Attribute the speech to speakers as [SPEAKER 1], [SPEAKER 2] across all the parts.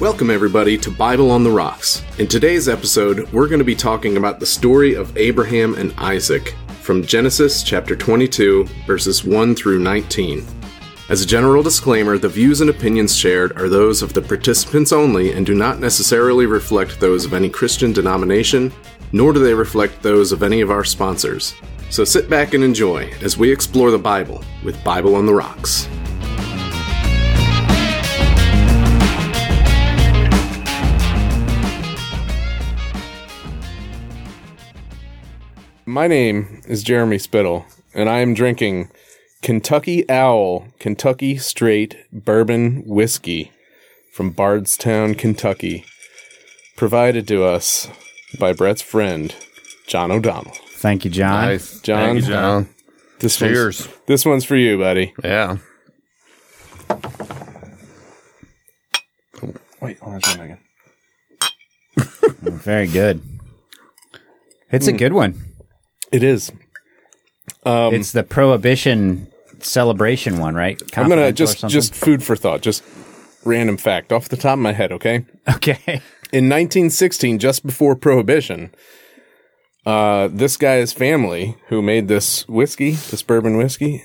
[SPEAKER 1] Welcome, everybody, to Bible on the Rocks. In today's episode, we're going to be talking about the story of Abraham and Isaac from Genesis chapter 22, verses 1 through 19. As a general disclaimer, the views and opinions shared are those of the participants only and do not necessarily reflect those of any Christian denomination, nor do they reflect those of any of our sponsors. So sit back and enjoy as we explore the Bible with Bible on the Rocks. My name is Jeremy Spittle, and I am drinking Kentucky Owl Kentucky Straight Bourbon Whiskey from Bardstown, Kentucky, provided to us by Brett's friend, John O'Donnell.
[SPEAKER 2] Thank you, John.
[SPEAKER 3] Nice.
[SPEAKER 1] John.
[SPEAKER 3] Thank you, John.
[SPEAKER 1] This
[SPEAKER 3] Cheers.
[SPEAKER 1] One's, this one's for you, buddy.
[SPEAKER 3] Yeah.
[SPEAKER 1] Wait, hold on just a second.
[SPEAKER 2] Very good. It's a good one.
[SPEAKER 1] It is.
[SPEAKER 2] it's the Prohibition celebration one, right?
[SPEAKER 1] I'm gonna
[SPEAKER 2] Confidential or
[SPEAKER 1] just
[SPEAKER 2] something?
[SPEAKER 1] just food for thought, just random fact off the top of my head. Okay,
[SPEAKER 2] okay.
[SPEAKER 1] in 1916, just before Prohibition, uh, this guy's family who made this whiskey, this bourbon whiskey,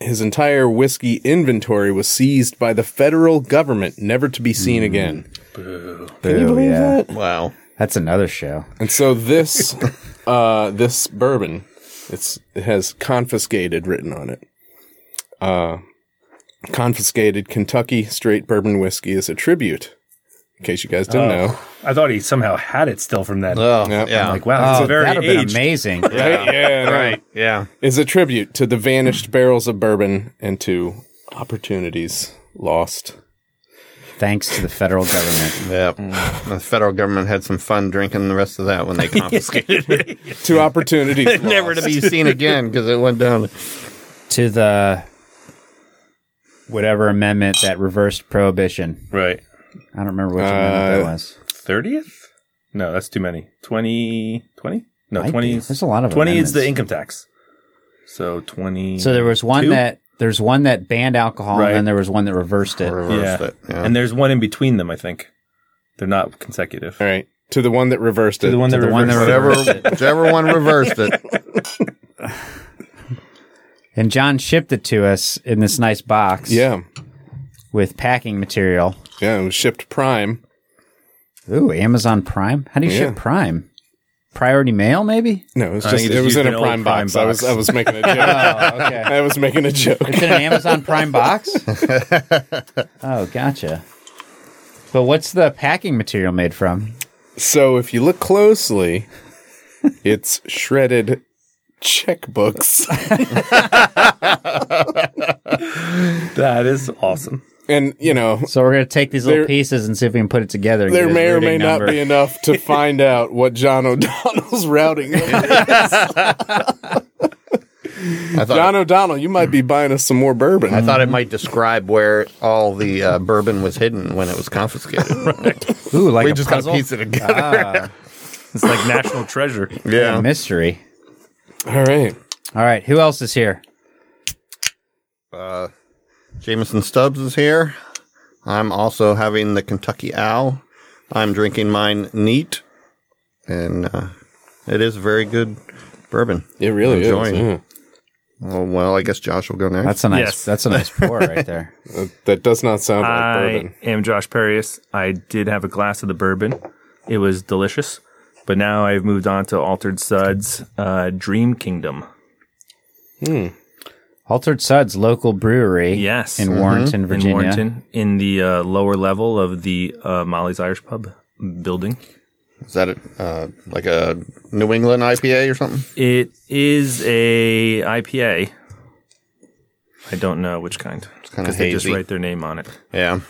[SPEAKER 1] his entire whiskey inventory was seized by the federal government, never to be seen again. Can you
[SPEAKER 2] Boo,
[SPEAKER 1] believe
[SPEAKER 2] Oh, yeah.
[SPEAKER 1] that?
[SPEAKER 3] Wow.
[SPEAKER 2] That's another show.
[SPEAKER 1] And so this uh, this bourbon, it's it has confiscated written on it. Uh, confiscated Kentucky straight bourbon whiskey is a tribute. In case you guys didn't know,
[SPEAKER 4] I thought he somehow had it still from that.
[SPEAKER 3] Oh,
[SPEAKER 1] Yep.
[SPEAKER 3] yeah.
[SPEAKER 4] like, wow, it's
[SPEAKER 2] oh,
[SPEAKER 4] a very
[SPEAKER 2] that'd have
[SPEAKER 4] aged.
[SPEAKER 2] been amazing.
[SPEAKER 1] right? Yeah, no.
[SPEAKER 3] right. Yeah.
[SPEAKER 1] Is a tribute to the vanished barrels of bourbon and to opportunities lost.
[SPEAKER 2] Thanks to the federal government.
[SPEAKER 3] Yep. The federal government had some fun drinking the rest of that when they confiscated it.
[SPEAKER 1] To opportunities lost.
[SPEAKER 3] Never to be seen again because it went down.
[SPEAKER 2] To the whatever amendment that reversed prohibition.
[SPEAKER 4] Right.
[SPEAKER 2] I don't remember which amendment
[SPEAKER 1] Uh,
[SPEAKER 2] that was.
[SPEAKER 4] 30th? No, that's too many. 20, 20? No,
[SPEAKER 2] Might
[SPEAKER 4] 20.
[SPEAKER 2] be. There's a lot of
[SPEAKER 4] 20 is
[SPEAKER 2] amendments.
[SPEAKER 4] the income tax. So 20.
[SPEAKER 2] So there was one
[SPEAKER 4] Two?
[SPEAKER 2] that there's one that banned alcohol,
[SPEAKER 4] Right.
[SPEAKER 2] and then there was one that reversed it.
[SPEAKER 3] Reversed
[SPEAKER 4] Yeah.
[SPEAKER 3] it. Yeah.
[SPEAKER 4] And there's one in between them, I think. They're not consecutive.
[SPEAKER 1] All right. To the one that reversed it.
[SPEAKER 4] The one that
[SPEAKER 2] the one that
[SPEAKER 4] reversed it.
[SPEAKER 3] Whichever,
[SPEAKER 2] reversed it.
[SPEAKER 3] whichever one reversed it.
[SPEAKER 2] And John shipped it to us in this nice box
[SPEAKER 1] yeah.
[SPEAKER 2] with packing material.
[SPEAKER 1] Yeah. It was shipped prime.
[SPEAKER 2] Ooh, Amazon Prime. How do you
[SPEAKER 1] Yeah.
[SPEAKER 2] ship Prime? Priority mail, maybe.
[SPEAKER 1] No, it was
[SPEAKER 4] I
[SPEAKER 1] just,
[SPEAKER 4] think
[SPEAKER 1] it,
[SPEAKER 4] it just
[SPEAKER 1] was in
[SPEAKER 4] used
[SPEAKER 1] a
[SPEAKER 4] an old
[SPEAKER 1] prime
[SPEAKER 4] Prime
[SPEAKER 1] box. I was,
[SPEAKER 4] box.
[SPEAKER 1] I was making a joke.
[SPEAKER 2] Oh, okay.
[SPEAKER 1] I was making a joke.
[SPEAKER 2] It's in an Amazon Prime box. oh, gotcha. But what's the packing material made from?
[SPEAKER 1] So if you look closely, it's shredded checkbooks.
[SPEAKER 4] That is awesome.
[SPEAKER 1] And, you know,
[SPEAKER 2] So we're gonna take these little
[SPEAKER 1] There-
[SPEAKER 2] pieces and see if we can put it together. and
[SPEAKER 1] there
[SPEAKER 2] get a
[SPEAKER 1] may or may
[SPEAKER 2] routing
[SPEAKER 1] not
[SPEAKER 2] number.
[SPEAKER 1] be enough to find out what John O'Donnell's routing number is.
[SPEAKER 3] I thought,
[SPEAKER 1] John O'Donnell, you might be buying us some more bourbon.
[SPEAKER 3] I thought it might describe where all the uh, bourbon was hidden when it was confiscated.
[SPEAKER 2] Ooh, like
[SPEAKER 3] We
[SPEAKER 2] a
[SPEAKER 3] just
[SPEAKER 2] puzzle.
[SPEAKER 3] got a piece of it together.
[SPEAKER 4] It's like national treasure.
[SPEAKER 3] yeah.
[SPEAKER 2] mystery.
[SPEAKER 1] All right.
[SPEAKER 2] All right, who else is here?
[SPEAKER 3] Jameson Stubbs is here. I'm also having the Kentucky Owl. I'm drinking mine neat, and uh, it is very good bourbon.
[SPEAKER 1] It really
[SPEAKER 3] Enjoying.
[SPEAKER 1] is. yeah.
[SPEAKER 3] Oh, well, I guess Josh will go next.
[SPEAKER 2] That's a nice.
[SPEAKER 4] Yes.
[SPEAKER 2] That's a nice pour right there.
[SPEAKER 1] That, that does not sound like
[SPEAKER 4] I
[SPEAKER 1] bourbon.
[SPEAKER 4] am Josh Perius. I did have a glass of the bourbon. It was delicious. But now I've moved on to Altered Suds uh, Dream Kingdom.
[SPEAKER 2] Altered Suds local brewery.
[SPEAKER 4] Yes. Mm-hmm.
[SPEAKER 2] in Warrenton, Virginia.
[SPEAKER 4] in Warrenton, in the uh, lower level of the uh, Molly's Irish Pub building.
[SPEAKER 3] Is that a, uh, like a New England IPA or something?
[SPEAKER 4] It is a IPA. I don't know which kind
[SPEAKER 3] kinda
[SPEAKER 4] because they just
[SPEAKER 3] hazy.
[SPEAKER 4] write their name on it.
[SPEAKER 3] Yeah.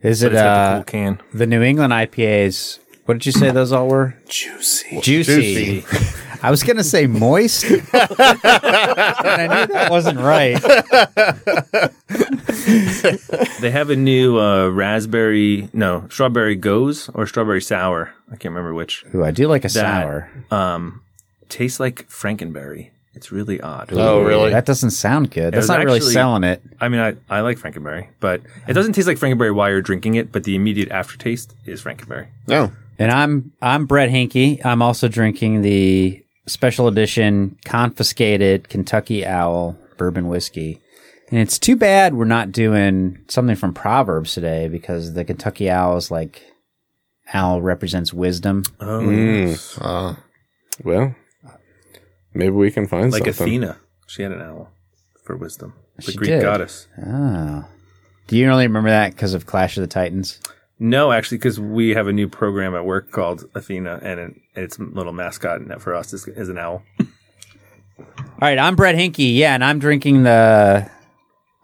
[SPEAKER 2] Is it
[SPEAKER 4] But it's got the
[SPEAKER 2] uh,
[SPEAKER 4] cool can.
[SPEAKER 2] the New England IPAs? What did you say those all were?
[SPEAKER 1] Juicy.
[SPEAKER 2] Juicy. I was gonna say moist. and I knew that wasn't right.
[SPEAKER 4] They have a new uh, raspberry, no, strawberry goes or strawberry sour. I can't remember which.
[SPEAKER 2] Ooh, I do like a sour.
[SPEAKER 4] Um, tastes like Frankenberry. It's really odd.
[SPEAKER 3] Oh, really?
[SPEAKER 2] That doesn't sound good.
[SPEAKER 4] was
[SPEAKER 2] That's not really
[SPEAKER 4] actually-
[SPEAKER 2] selling it.
[SPEAKER 4] I mean, I, I like Frankenberry, but it doesn't taste like Frankenberry while you're drinking it, but the immediate aftertaste is Frankenberry.
[SPEAKER 3] No.
[SPEAKER 2] And I'm I'm Brett Hinke. I'm also drinking the special edition confiscated Kentucky Owl bourbon whiskey. And it's too bad we're not doing something from Proverbs today because the Kentucky Owl is like owl represents wisdom.
[SPEAKER 4] Oh,
[SPEAKER 1] Hmm.
[SPEAKER 3] Uh,
[SPEAKER 1] Well, maybe we can find
[SPEAKER 4] like
[SPEAKER 1] something.
[SPEAKER 4] Athena. She had an owl for wisdom. The
[SPEAKER 2] She
[SPEAKER 4] Greek
[SPEAKER 2] did.
[SPEAKER 4] goddess.
[SPEAKER 2] Oh. Do you only remember that because of Clash of the Titans?
[SPEAKER 4] No, actually, because we have a new program at work called Athena, and it, its little mascot and that for us is, is an owl.
[SPEAKER 2] All right, I'm Brett Hinke. Yeah, and I'm drinking the.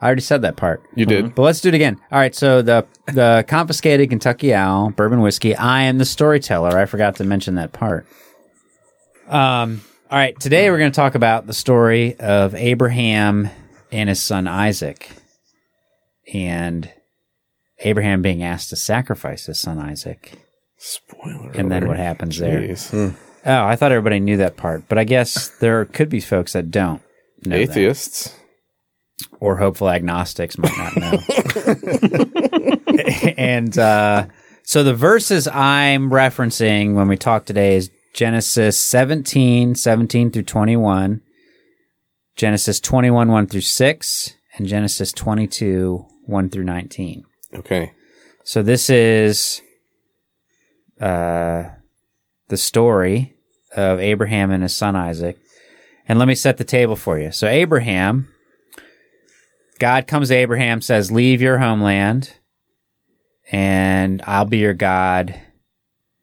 [SPEAKER 2] I already said that part.
[SPEAKER 1] You did.
[SPEAKER 2] But let's do it again. All right, so the the confiscated Kentucky Owl bourbon whiskey. I am the storyteller. I forgot to mention that part. Um. All right, today we're going to talk about the story of Abraham and his son Isaac, and Abraham being asked to sacrifice his son Isaac,
[SPEAKER 1] Spoiler.
[SPEAKER 2] and then
[SPEAKER 1] alert.
[SPEAKER 2] what happens there?
[SPEAKER 1] Jeez.
[SPEAKER 2] Oh, I thought everybody knew that part, but I guess there could be folks that don't. Know that.
[SPEAKER 1] Atheists.
[SPEAKER 2] or hopeful agnostics might not know. and uh, so the verses I'm referencing when we talk today is Genesis 17, 17 through 21, Genesis 21, 1 through 6, and Genesis 22, 1 through 19.
[SPEAKER 1] Okay.
[SPEAKER 2] So this is uh, the story of Abraham and his son Isaac. And let me set the table for you. So Abraham, God comes to Abraham, says, Leave your homeland, and I'll be your God.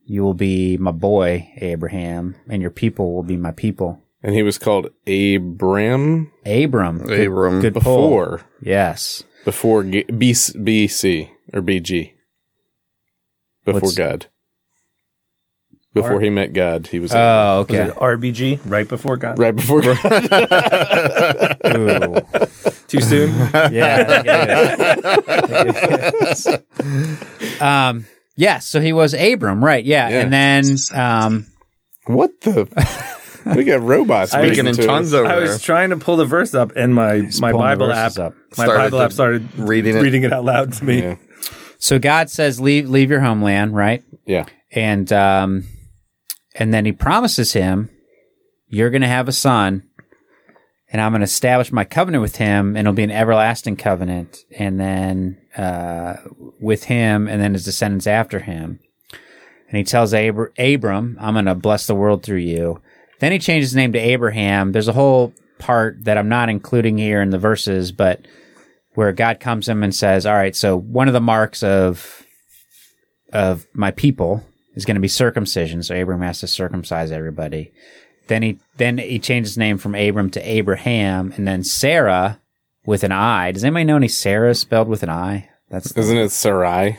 [SPEAKER 2] You will be my boy, Abraham, and your people will be my people.
[SPEAKER 1] And he was called Abram
[SPEAKER 2] Abram. Good-
[SPEAKER 3] Abram.
[SPEAKER 2] Good, pull.
[SPEAKER 1] before
[SPEAKER 2] Oh. Yes.
[SPEAKER 1] before G- B- BC or BG. Before
[SPEAKER 2] What's-
[SPEAKER 1] God. Before
[SPEAKER 4] Or-
[SPEAKER 1] he met God, he was
[SPEAKER 2] Oh,
[SPEAKER 4] Was
[SPEAKER 2] okay.
[SPEAKER 4] it RBG right before God?
[SPEAKER 1] right before God.
[SPEAKER 2] Ooh.
[SPEAKER 4] Too soon?
[SPEAKER 2] yeah. I get it. um, yes. So he was Abram, right? Yeah.
[SPEAKER 1] Yeah.
[SPEAKER 2] And then, um,
[SPEAKER 1] what the? we got robots
[SPEAKER 3] Speaking in
[SPEAKER 1] listening to us.
[SPEAKER 3] tongues over
[SPEAKER 4] I was trying to pull the verse up, and my,
[SPEAKER 2] pulling
[SPEAKER 4] my
[SPEAKER 2] the
[SPEAKER 4] Bible app
[SPEAKER 2] verses up.
[SPEAKER 4] my
[SPEAKER 3] Started
[SPEAKER 4] Bible
[SPEAKER 3] to-
[SPEAKER 4] app started
[SPEAKER 3] reading it.
[SPEAKER 4] reading it out loud to me.
[SPEAKER 1] Yeah.
[SPEAKER 2] so God says, leave, leave your homeland, right?
[SPEAKER 1] Yeah.
[SPEAKER 2] And, um, and then he promises him, you're going to have a son and I'm going to establish my covenant with him and it'll be an everlasting covenant. And then, uh, with him and then his descendants after him. And he tells Abr- Abram, I'm going to bless the world through you. Then he changed his name to Abraham. There's a whole part that I'm not including here in the verses, but where God comes to him and says, "All right, so one of the marks of of my people is going to be circumcision." So Abram has to circumcise everybody. Then he then he changed his name from Abram to Abraham, and then Sarah with an I. Does anybody know any Sarah spelled with an I? That's
[SPEAKER 1] Isn't it Sarai?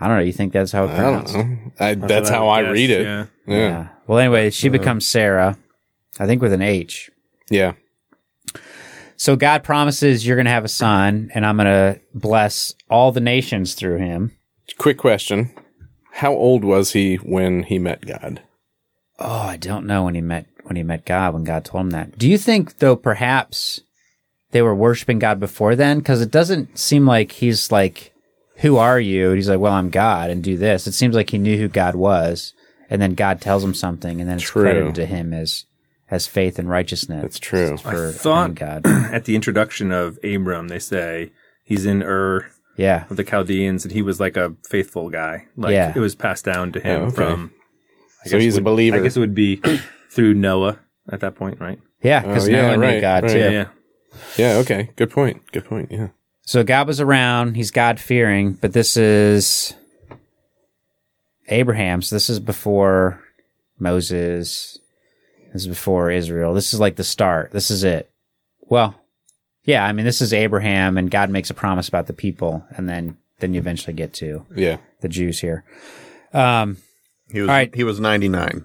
[SPEAKER 2] I don't know. You think that's how it's
[SPEAKER 1] I don't
[SPEAKER 2] pronounced?
[SPEAKER 1] know. I, that's, how I
[SPEAKER 4] would
[SPEAKER 1] read
[SPEAKER 4] guess,
[SPEAKER 1] it.
[SPEAKER 4] yeah.
[SPEAKER 1] Yeah. Uh-huh. Yeah.
[SPEAKER 2] Yeah. Well, anyway, she becomes Sarah, I think with an H. So God promises you're going to have a son, and I'm going to bless all the nations through him.
[SPEAKER 1] Quick question. How old was he when he met God?
[SPEAKER 2] Oh, I don't know when he met when he met God when God told him that. Do you think though perhaps they were worshiping God before then cuz it doesn't seem like he's like who are you? And he's like, "Well, I'm God and do this." It seems like he knew who God was and then God tells him something and then it's
[SPEAKER 1] True.
[SPEAKER 2] credited to him as as faith and righteousness.
[SPEAKER 1] That's true.
[SPEAKER 2] For
[SPEAKER 4] thought-
[SPEAKER 2] God.
[SPEAKER 4] At the introduction of Abram, they say he's in Ur
[SPEAKER 2] Yeah.
[SPEAKER 4] of the Chaldeans, and he was like a faithful guy. Like
[SPEAKER 2] Yeah.
[SPEAKER 4] it was passed down to him
[SPEAKER 1] Oh, okay.
[SPEAKER 4] from. I
[SPEAKER 1] So
[SPEAKER 4] guess
[SPEAKER 1] he's a
[SPEAKER 4] would-
[SPEAKER 1] believer.
[SPEAKER 4] I guess it would be through Noah at that point, right?
[SPEAKER 2] Yeah, cuz
[SPEAKER 1] Oh, yeah,
[SPEAKER 2] Noah knew
[SPEAKER 1] right,
[SPEAKER 2] God
[SPEAKER 1] right.
[SPEAKER 2] too.
[SPEAKER 1] Yeah.
[SPEAKER 4] Yeah.
[SPEAKER 1] Yeah, okay. Good point. Good point. Yeah.
[SPEAKER 2] So God was around. He's God fearing, but this is Abraham. So this is before Moses. This is before Israel. This is like the start. This is it. Well, yeah. I mean, this is Abraham, and God makes a promise about the people, and then then you eventually get to
[SPEAKER 1] Yeah.
[SPEAKER 2] the Jews here. Um,
[SPEAKER 3] He was,
[SPEAKER 2] All right.
[SPEAKER 3] he was 99.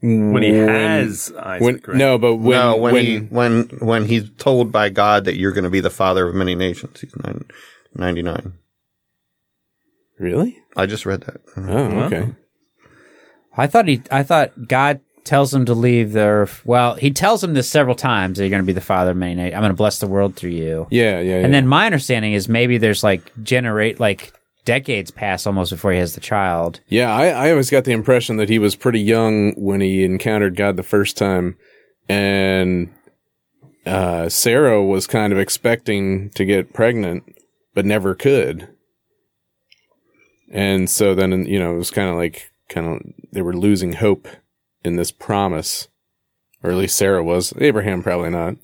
[SPEAKER 4] When he has Isaac,
[SPEAKER 1] When
[SPEAKER 4] right?
[SPEAKER 1] no, but when
[SPEAKER 3] no, when,
[SPEAKER 1] when
[SPEAKER 3] he, when when he's told by God that you're going to be the father of many nations, he's nine, 99.
[SPEAKER 1] really?
[SPEAKER 3] I just read that.
[SPEAKER 1] Oh, okay.
[SPEAKER 2] I thought he. I thought God tells them to leave their. Well, he tells them this several times. That you're going to be the father of many nations. I'm going to bless the world through you.
[SPEAKER 1] Yeah, yeah, yeah.
[SPEAKER 2] And then my understanding is maybe there's like generate like decades pass almost before he has the child.
[SPEAKER 1] Yeah, I, I always got the impression that he was pretty young when he encountered God the first time, and uh, Sarah was kind of expecting to get pregnant, but never could. And so then, you know, it was kind of like, kind of, they were losing hope in this promise, or at least Sarah was. Abraham probably not.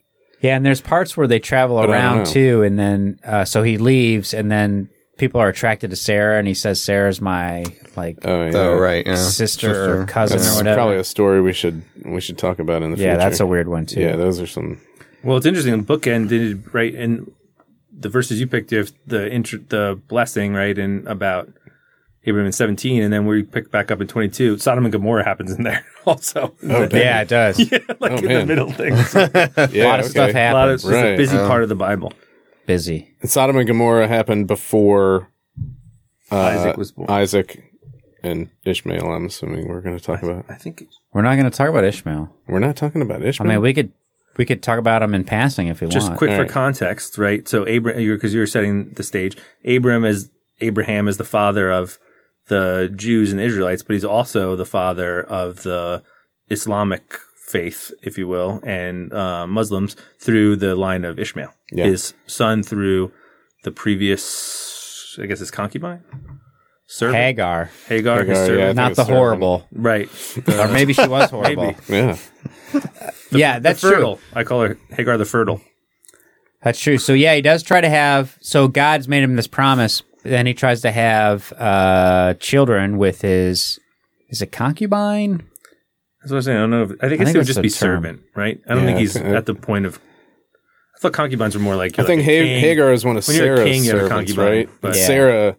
[SPEAKER 2] Yeah, and there's parts where they travel
[SPEAKER 1] I don't know.
[SPEAKER 2] around too, and then uh, so he leaves, and then people are attracted to Sarah, and he says Sarah's my like
[SPEAKER 1] Oh, yeah.
[SPEAKER 3] Oh, right. Yeah.
[SPEAKER 2] sister, or cousin or
[SPEAKER 1] That's
[SPEAKER 2] whatever.
[SPEAKER 1] probably a story we should we should talk about in the
[SPEAKER 2] yeah,
[SPEAKER 1] future.
[SPEAKER 2] that's a weird one too.
[SPEAKER 1] yeah. Those are some
[SPEAKER 4] Well, it's interesting. The book ended right, and the verses you picked, you have the intro, the blessing, right, and about Abraham in seventeen, and then we pick back up in twenty two. Sodom and Gomorrah happens in there also.
[SPEAKER 2] yeah, it does.
[SPEAKER 4] like
[SPEAKER 1] Oh,
[SPEAKER 4] in the
[SPEAKER 1] man.
[SPEAKER 4] middle things. a
[SPEAKER 1] yeah,
[SPEAKER 2] a lot of stuff
[SPEAKER 1] okay.
[SPEAKER 4] lot of
[SPEAKER 2] happens.
[SPEAKER 4] it's just a
[SPEAKER 1] Right.
[SPEAKER 4] busy part of the Bible.
[SPEAKER 2] Busy.
[SPEAKER 1] Sodom and Gomorrah happened before uh,
[SPEAKER 4] Isaac was born.
[SPEAKER 1] Isaac and Ishmael. I'm assuming we're going to talk about.
[SPEAKER 4] I think
[SPEAKER 2] We're not going to talk about Ishmael.
[SPEAKER 1] We're not talking about
[SPEAKER 2] I
[SPEAKER 1] Ishmael.
[SPEAKER 2] mean, we could we could talk about him in passing if we
[SPEAKER 4] just
[SPEAKER 2] want.
[SPEAKER 4] quick for
[SPEAKER 1] Alright.
[SPEAKER 4] context, right? So Abraham, because you were setting the stage, Abraham is Abraham is the father of the Jews and Israelites, but he's also the father of the Islamic faith, if you will, and uh, Muslims through the line of Ishmael.
[SPEAKER 1] Yeah.
[SPEAKER 4] His son through the previous, I guess, his concubine, servant
[SPEAKER 2] Hagar,
[SPEAKER 4] Hagar, his
[SPEAKER 1] Hagar,
[SPEAKER 4] servant,
[SPEAKER 1] yeah. I think
[SPEAKER 2] not
[SPEAKER 1] it's
[SPEAKER 2] the
[SPEAKER 1] Sarah.
[SPEAKER 2] horrible,
[SPEAKER 4] right?
[SPEAKER 2] or
[SPEAKER 4] The,
[SPEAKER 2] maybe she was horrible.
[SPEAKER 4] Maybe.
[SPEAKER 1] yeah,
[SPEAKER 2] yeah, that's
[SPEAKER 4] the
[SPEAKER 2] true.
[SPEAKER 4] fertile. I call her Hagar the fertile.
[SPEAKER 2] That's true. So yeah, he does try to have. So God's made him this promise. Then he tries to have uh, children with his. Is it concubine?
[SPEAKER 4] That's what I'm saying. I don't know. If, I think
[SPEAKER 2] I
[SPEAKER 4] it's
[SPEAKER 2] think
[SPEAKER 4] it would
[SPEAKER 2] that's
[SPEAKER 4] just
[SPEAKER 2] the
[SPEAKER 4] be
[SPEAKER 2] term.
[SPEAKER 4] servant, right? I don't
[SPEAKER 1] Yeah,
[SPEAKER 4] think he's
[SPEAKER 1] I think-
[SPEAKER 4] at the point of. I thought concubines were more like.
[SPEAKER 1] I
[SPEAKER 4] you're
[SPEAKER 1] think
[SPEAKER 4] like a
[SPEAKER 1] Ha-
[SPEAKER 4] king.
[SPEAKER 1] Hagar is one of
[SPEAKER 4] When you're a
[SPEAKER 1] Sarah's
[SPEAKER 4] king, you have a
[SPEAKER 1] servants,
[SPEAKER 4] concubine,
[SPEAKER 1] right?
[SPEAKER 4] but-
[SPEAKER 1] And
[SPEAKER 2] Yeah.
[SPEAKER 1] Sarah,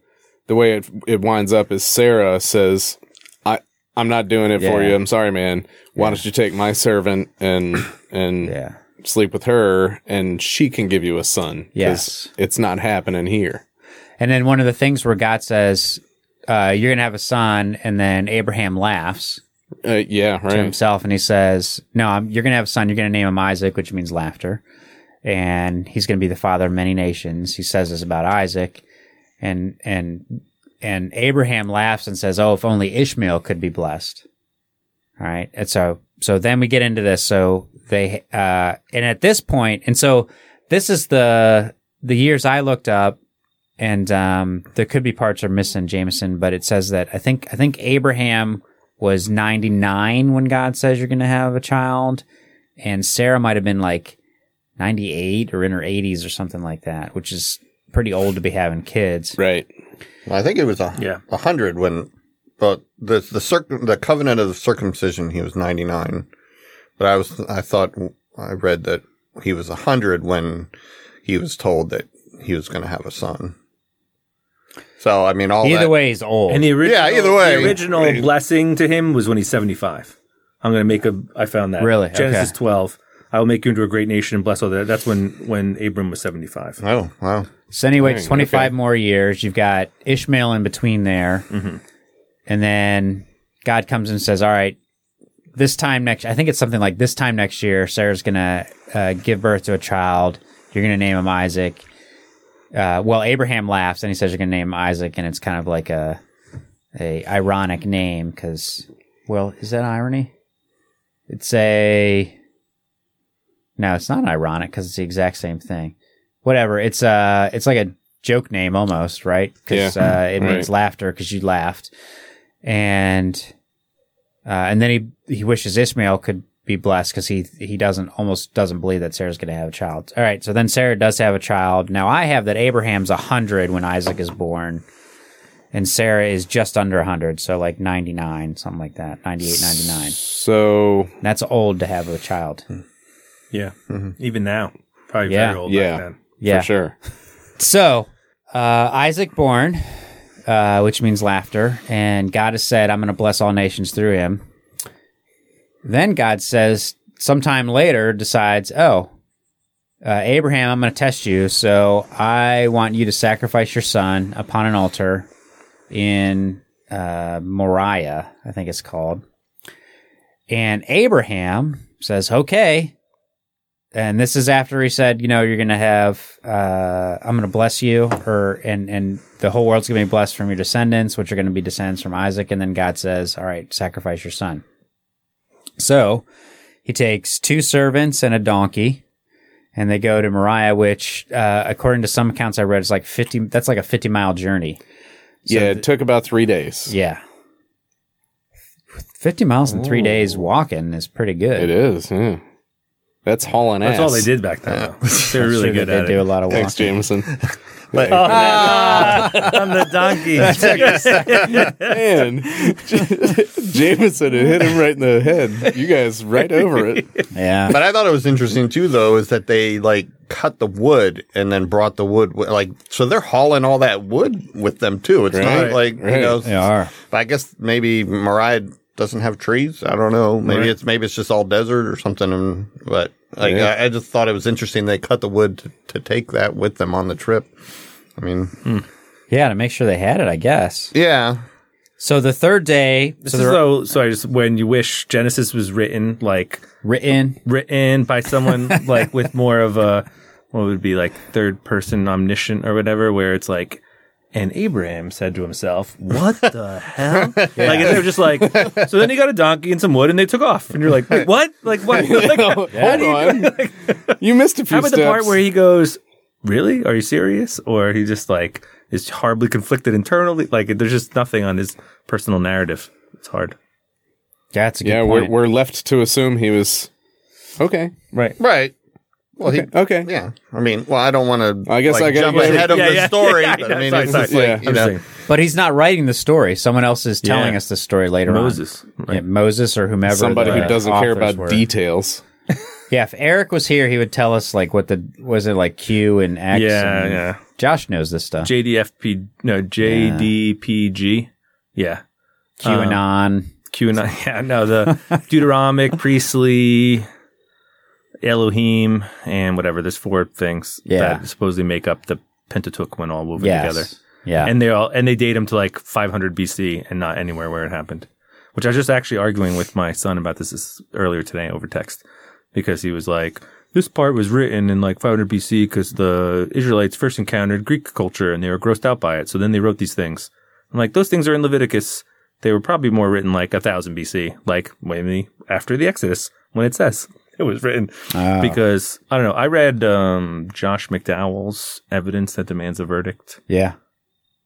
[SPEAKER 1] the way it it winds up is Sarah says, "I I'm not doing it for
[SPEAKER 2] Yeah.
[SPEAKER 1] you. I'm sorry, man. Why don't you take my servant and and
[SPEAKER 2] Yeah.
[SPEAKER 1] sleep with her, and she can give you a son? 'Cause
[SPEAKER 2] Yes.
[SPEAKER 1] it's not happening here.
[SPEAKER 2] And then one of the things where God says, uh, "You're gonna have a son," and then Abraham laughs
[SPEAKER 1] Uh, yeah,
[SPEAKER 2] to
[SPEAKER 1] right.
[SPEAKER 2] himself and he says, "No, I'm, you're gonna have a son. You're gonna name him Isaac, which means laughter, and he's gonna be the father of many nations." He says this about Isaac, and and and Abraham laughs and says, "Oh, if only Ishmael could be blessed." All right, and so so then we get into this. So they uh, and at this point, and so this is the the years I looked up, and um, there could be parts are missing Jameson, but it says that I think I think Abraham was 99 when God says you're going to have a child, and Sarah might have been like 98 or in her 80s or something like that, which is pretty old to be having kids.
[SPEAKER 1] Right.
[SPEAKER 3] Well, I think it was a,
[SPEAKER 4] Yeah.
[SPEAKER 3] a hundred when, but the the circ- the covenant of circumcision he was ninety nine, but I was I thought I read that he was a hundred when he was told that he was going to have a son. So I mean, all
[SPEAKER 2] Either
[SPEAKER 3] that-
[SPEAKER 2] way, he's old.
[SPEAKER 4] And the original,
[SPEAKER 3] Yeah, either way.
[SPEAKER 4] the original blessing to him was when he's 75. I'm going to make a. I found that
[SPEAKER 2] Really?
[SPEAKER 4] Genesis
[SPEAKER 2] Okay.
[SPEAKER 4] 12. I will make you into a great nation and bless all that. That's when when Abram was 75.
[SPEAKER 3] Oh wow!
[SPEAKER 2] so anyway, it's
[SPEAKER 1] Dang,
[SPEAKER 2] 25
[SPEAKER 1] okay.
[SPEAKER 2] more years. You've got Ishmael in between there. And then God comes and says, all right, this time next, I think it's something like this time next year, Sarah's going to uh, give birth to a child. You're going to name him Isaac. Uh, well, Abraham laughs and he says, you're going to name him Isaac. And it's kind of like a, a ironic name because, well, is that irony? It's a, no, it's not ironic because it's the exact same thing. Whatever. It's uh, it's like a joke name almost, right? Because
[SPEAKER 1] Yeah.
[SPEAKER 2] uh, it means
[SPEAKER 1] Right.
[SPEAKER 2] laughter because you laughed. And uh, and then he he wishes Ishmael could be blessed because he he doesn't almost doesn't believe that Sarah's going to have a child. All right, so then Sarah does have a child. Now I have that Abraham's hundred when Isaac is born, and Sarah is just under hundred, so like ninety nine, something like that, 98, 99.
[SPEAKER 1] So
[SPEAKER 2] That's old to have a child.
[SPEAKER 1] Hmm.
[SPEAKER 4] Yeah. Even now, probably
[SPEAKER 2] Yeah.
[SPEAKER 4] very old.
[SPEAKER 1] Yeah.
[SPEAKER 4] Back then.
[SPEAKER 2] Yeah.
[SPEAKER 1] for sure.
[SPEAKER 2] So, uh, Isaac born, uh, which means laughter, and God has said, I'm going to bless all nations through him. Then God says, sometime later, decides, oh, uh, Abraham, I'm going to test you. So I want you to sacrifice your son upon an altar in uh, Moriah, I think it's called. And Abraham says, okay. And this is after he said, you know, you're going to have, uh, I'm going to bless you, or, and, and the whole world's going to be blessed from your descendants, which are going to be descendants from Isaac. And then God says, all right, sacrifice your son. So he takes two servants and a donkey and they go to Moriah, which, uh, according to some accounts I read, is like 50, that's like a 50 mile journey. So
[SPEAKER 1] yeah, it took about three days.
[SPEAKER 2] Yeah. 50 miles in three days walking is pretty good.
[SPEAKER 1] It is. Yeah. That's hauling
[SPEAKER 4] That's
[SPEAKER 1] ass.
[SPEAKER 4] all they did back then. though. They were really
[SPEAKER 2] Sure that
[SPEAKER 4] good at
[SPEAKER 2] They do a
[SPEAKER 4] it.
[SPEAKER 2] lot of walking.
[SPEAKER 1] Thanks, Jameson.
[SPEAKER 3] But
[SPEAKER 4] oh, I'm the donkey.
[SPEAKER 1] Man, Jameson it hit him right in the head. You guys right over it.
[SPEAKER 2] Yeah.
[SPEAKER 3] But I thought it was interesting too, though, is that they like cut the wood and then brought the wood, wi- like so they're hauling all that wood with them too. It's
[SPEAKER 1] Right,
[SPEAKER 3] not like
[SPEAKER 1] right.
[SPEAKER 3] you know.
[SPEAKER 2] They are.
[SPEAKER 3] But I guess maybe Mariah doesn't have trees. I don't know. Maybe
[SPEAKER 4] Right.
[SPEAKER 3] it's maybe it's just all desert or something. And, but like
[SPEAKER 1] Yeah.
[SPEAKER 3] I, I just thought it was interesting they cut the wood to, to take that with them on the trip. I mean,
[SPEAKER 2] Yeah, to make sure they had it, I guess.
[SPEAKER 3] yeah,
[SPEAKER 2] So the third day,
[SPEAKER 4] This
[SPEAKER 2] so
[SPEAKER 4] is
[SPEAKER 2] they're
[SPEAKER 4] so, so I just when you wish Genesis was written like
[SPEAKER 2] written.
[SPEAKER 4] written by someone like with more of a what would be like third person omniscient or whatever, where it's like, and Abraham said to himself, "What the hell?" Like and they were just like. So then he got a donkey and some wood, and they took off, and you're like, Wait, "What? Like what?" Like, how do
[SPEAKER 1] Hold
[SPEAKER 4] you-
[SPEAKER 1] on. You missed a few
[SPEAKER 4] How about the
[SPEAKER 1] steps.
[SPEAKER 4] part where he goes, "Really? Are you serious?" Or he just like is horribly conflicted internally. Like there's just nothing on his personal narrative. It's hard.
[SPEAKER 2] That's a good
[SPEAKER 1] yeah, we're,
[SPEAKER 2] point.
[SPEAKER 1] we're left to assume he was okay.
[SPEAKER 4] Right.
[SPEAKER 3] right. Well, he
[SPEAKER 1] Okay.
[SPEAKER 3] Yeah, I mean, well, I don't want to.
[SPEAKER 1] I guess I gotta
[SPEAKER 3] jump
[SPEAKER 1] go-
[SPEAKER 3] ahead of
[SPEAKER 4] Yeah,
[SPEAKER 3] the
[SPEAKER 4] yeah.
[SPEAKER 3] story.
[SPEAKER 4] Yeah, I
[SPEAKER 3] but
[SPEAKER 4] know.
[SPEAKER 3] I mean,
[SPEAKER 4] Sorry,
[SPEAKER 3] it's just
[SPEAKER 1] sorry.
[SPEAKER 3] like
[SPEAKER 1] Yeah.
[SPEAKER 3] you
[SPEAKER 4] I'm just
[SPEAKER 3] know,
[SPEAKER 4] saying.
[SPEAKER 2] but he's not writing the story. Someone else is telling
[SPEAKER 4] Yeah.
[SPEAKER 2] us the story later
[SPEAKER 4] Moses.
[SPEAKER 2] on.
[SPEAKER 4] Right.
[SPEAKER 2] Yeah, Moses or whomever.
[SPEAKER 1] Somebody
[SPEAKER 2] the
[SPEAKER 1] who doesn't care
[SPEAKER 2] authors
[SPEAKER 1] about
[SPEAKER 2] were.
[SPEAKER 1] details.
[SPEAKER 2] Yeah, if Eric was here, he would tell us like what the was it like Q and X.
[SPEAKER 4] Yeah,
[SPEAKER 2] and
[SPEAKER 4] yeah.
[SPEAKER 2] Josh knows this stuff.
[SPEAKER 4] JDFP, no, JDPG. Yeah.
[SPEAKER 2] Q
[SPEAKER 4] uh,
[SPEAKER 2] and on.
[SPEAKER 4] Q and I. Yeah, no, the Deuteronomic, Priestly, Elohim, and whatever. There's four things
[SPEAKER 2] Yeah.
[SPEAKER 4] that supposedly make up the Pentateuch when all woven
[SPEAKER 2] Yes.
[SPEAKER 4] together.
[SPEAKER 2] Yeah.
[SPEAKER 4] And they all and they date them to like 500 BC and not anywhere where it happened. Which I was just actually arguing with my son about this, this earlier today over text because he was like, "This part was written in like 500 BC because the Israelites first encountered Greek culture and they were grossed out by it. So then they wrote these things." I'm like, "Those things are in Leviticus. They were probably more written like 1000 BC, like maybe after the Exodus when it says." It was written
[SPEAKER 2] Oh.
[SPEAKER 4] because I don't know. I read um, Josh McDowell's Evidence That Demands a Verdict
[SPEAKER 2] yeah.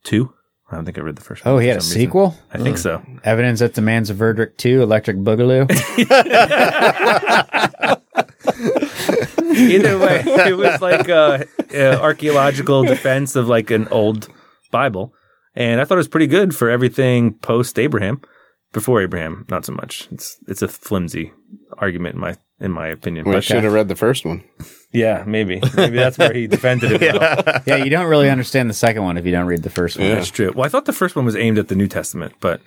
[SPEAKER 4] two. I don't think I read the first. one
[SPEAKER 2] Oh,
[SPEAKER 4] for
[SPEAKER 2] he had a
[SPEAKER 4] some reason.
[SPEAKER 2] sequel.
[SPEAKER 4] I think so.
[SPEAKER 2] Evidence that demands a verdict too. Electric Boogaloo.
[SPEAKER 4] Either way, it was like a, uh archaeological defense of like an old Bible, and I thought it was pretty good for everything post Abraham. Before Abraham, not so much. It's it's a flimsy argument in my in my opinion.
[SPEAKER 1] Well, I
[SPEAKER 4] But
[SPEAKER 1] should have read the first one.
[SPEAKER 4] yeah, maybe maybe that's where he defended it. well.
[SPEAKER 2] yeah, you don't really understand the second one if you don't read the first one.
[SPEAKER 4] That's true. Well, I thought the first one was aimed at the New Testament, but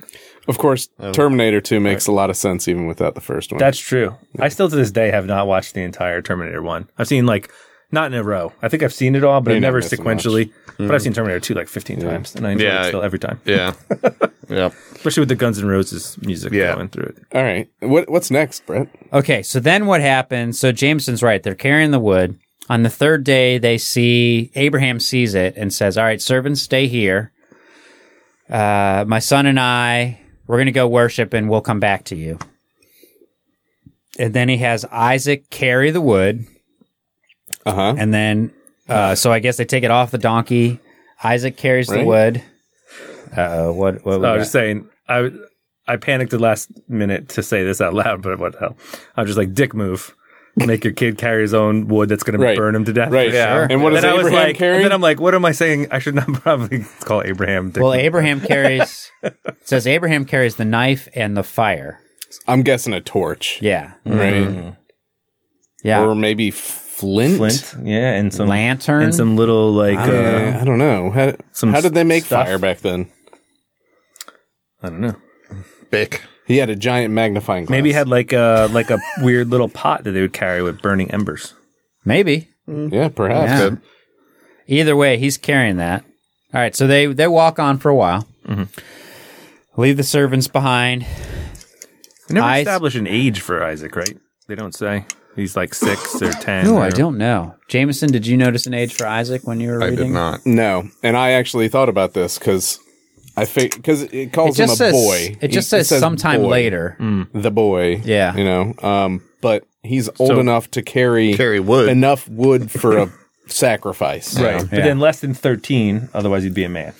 [SPEAKER 1] Of course, Terminator 2 makes a lot of sense even without the first one.
[SPEAKER 4] That's true. I still to this day have not watched the entire Terminator one. I've seen like not in a row. I think I've seen it all, but I've
[SPEAKER 1] not Mm.
[SPEAKER 4] never
[SPEAKER 1] missing
[SPEAKER 4] sequentially. But I've seen Terminator two like fifteen times, and I enjoy
[SPEAKER 3] Yeah.
[SPEAKER 4] it still every time,
[SPEAKER 3] yeah, yeah.
[SPEAKER 4] especially with the Guns N' Roses music
[SPEAKER 3] Yeah.
[SPEAKER 4] going through it.
[SPEAKER 1] All right. What what's next, Brett?
[SPEAKER 2] Okay, so then what happens? So Jameson's right. They're carrying the wood. On the third day, they see Abraham sees it and says, "All right, servants, stay here. Uh, my son and I, we're going to go worship, and we'll come back to you." And then he has Isaac carry the wood,
[SPEAKER 1] Uh-huh.
[SPEAKER 2] and then uh, so I guess they take it off the donkey. Isaac carries the
[SPEAKER 1] Right.
[SPEAKER 2] wood. Uh, what? What? we
[SPEAKER 4] I
[SPEAKER 2] got?
[SPEAKER 4] was Oh, just saying, I I panicked the last minute to say this out loud, but what the hell? I was just like, dick move. Make your kid carry his own wood that's going
[SPEAKER 1] Right.
[SPEAKER 4] to burn him to death.
[SPEAKER 1] Right. Sure. And what is
[SPEAKER 4] then I was
[SPEAKER 1] Abraham
[SPEAKER 4] like,
[SPEAKER 1] carrying?
[SPEAKER 4] And then I'm like, what am I saying? I should not probably call Abraham. Dick
[SPEAKER 2] well,
[SPEAKER 4] move.
[SPEAKER 2] Abraham carries. it says Abraham carries the knife and the fire.
[SPEAKER 1] I'm guessing a torch.
[SPEAKER 2] Yeah.
[SPEAKER 4] Mm-hmm.
[SPEAKER 1] Right?
[SPEAKER 2] Yeah.
[SPEAKER 1] Or maybe flint?
[SPEAKER 4] Flint, yeah, and some
[SPEAKER 2] lantern.
[SPEAKER 4] and some little like
[SPEAKER 1] Uh,
[SPEAKER 4] uh,
[SPEAKER 1] I don't know. How,
[SPEAKER 4] Some
[SPEAKER 1] how did they make
[SPEAKER 4] stuff.
[SPEAKER 1] fire back then?
[SPEAKER 4] I don't know.
[SPEAKER 3] Bick.
[SPEAKER 1] He had a giant magnifying glass.
[SPEAKER 4] Maybe had like a like a weird little pot that they would carry with burning embers.
[SPEAKER 2] Maybe.
[SPEAKER 1] Yeah, perhaps.
[SPEAKER 2] Yeah.
[SPEAKER 3] Good.
[SPEAKER 2] Either way, he's carrying that. All right. So they they walk on for a while. Leave the servants behind.
[SPEAKER 4] They never
[SPEAKER 2] I-
[SPEAKER 4] establish an age for Isaac, right? They don't say he's like six or ten.
[SPEAKER 2] No,
[SPEAKER 4] or-
[SPEAKER 2] I don't know. Jameson, did you notice an age for Isaac when you were
[SPEAKER 3] I
[SPEAKER 2] reading?
[SPEAKER 3] did not.
[SPEAKER 1] No, and I actually thought about this because I because it
[SPEAKER 2] It
[SPEAKER 1] calls him a
[SPEAKER 2] just says
[SPEAKER 1] boy.
[SPEAKER 2] it just says, sometime
[SPEAKER 1] boy,
[SPEAKER 2] later.
[SPEAKER 1] The boy,
[SPEAKER 2] Yeah.
[SPEAKER 1] you know, um, but he's old
[SPEAKER 4] So-
[SPEAKER 1] enough to carry
[SPEAKER 3] Carry wood.
[SPEAKER 1] enough wood for a sacrifice, you
[SPEAKER 4] Right.
[SPEAKER 1] know?
[SPEAKER 4] But then less than 13, otherwise he'd be a man.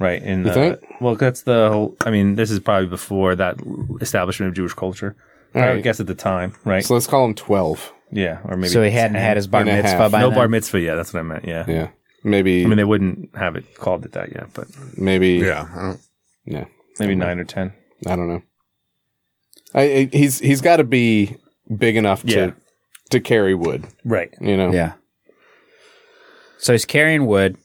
[SPEAKER 4] Right. And, uh,
[SPEAKER 1] You think?
[SPEAKER 4] well, that's the whole, I mean, this is probably before that establishment of Jewish culture. I
[SPEAKER 1] right.
[SPEAKER 4] would guess at the time, right?
[SPEAKER 1] So let's call him twelve.
[SPEAKER 4] yeah. Or maybe
[SPEAKER 2] So he hadn't
[SPEAKER 4] 10.
[SPEAKER 2] had his bar
[SPEAKER 1] and a
[SPEAKER 2] mitzvah
[SPEAKER 1] half.
[SPEAKER 2] by
[SPEAKER 4] no
[SPEAKER 2] then.
[SPEAKER 4] bar mitzvah. Yeah. That's what I meant. Yeah.
[SPEAKER 1] Yeah, maybe
[SPEAKER 4] I mean, they wouldn't have it called it that yet, but
[SPEAKER 1] maybe
[SPEAKER 3] yeah. I don't,
[SPEAKER 1] yeah.
[SPEAKER 4] maybe nine or 10.
[SPEAKER 1] I don't know. I, I he's he's got to be big enough to
[SPEAKER 4] Yeah.
[SPEAKER 1] to carry wood,
[SPEAKER 4] Right.
[SPEAKER 1] you know.
[SPEAKER 2] Yeah. So he's carrying wood.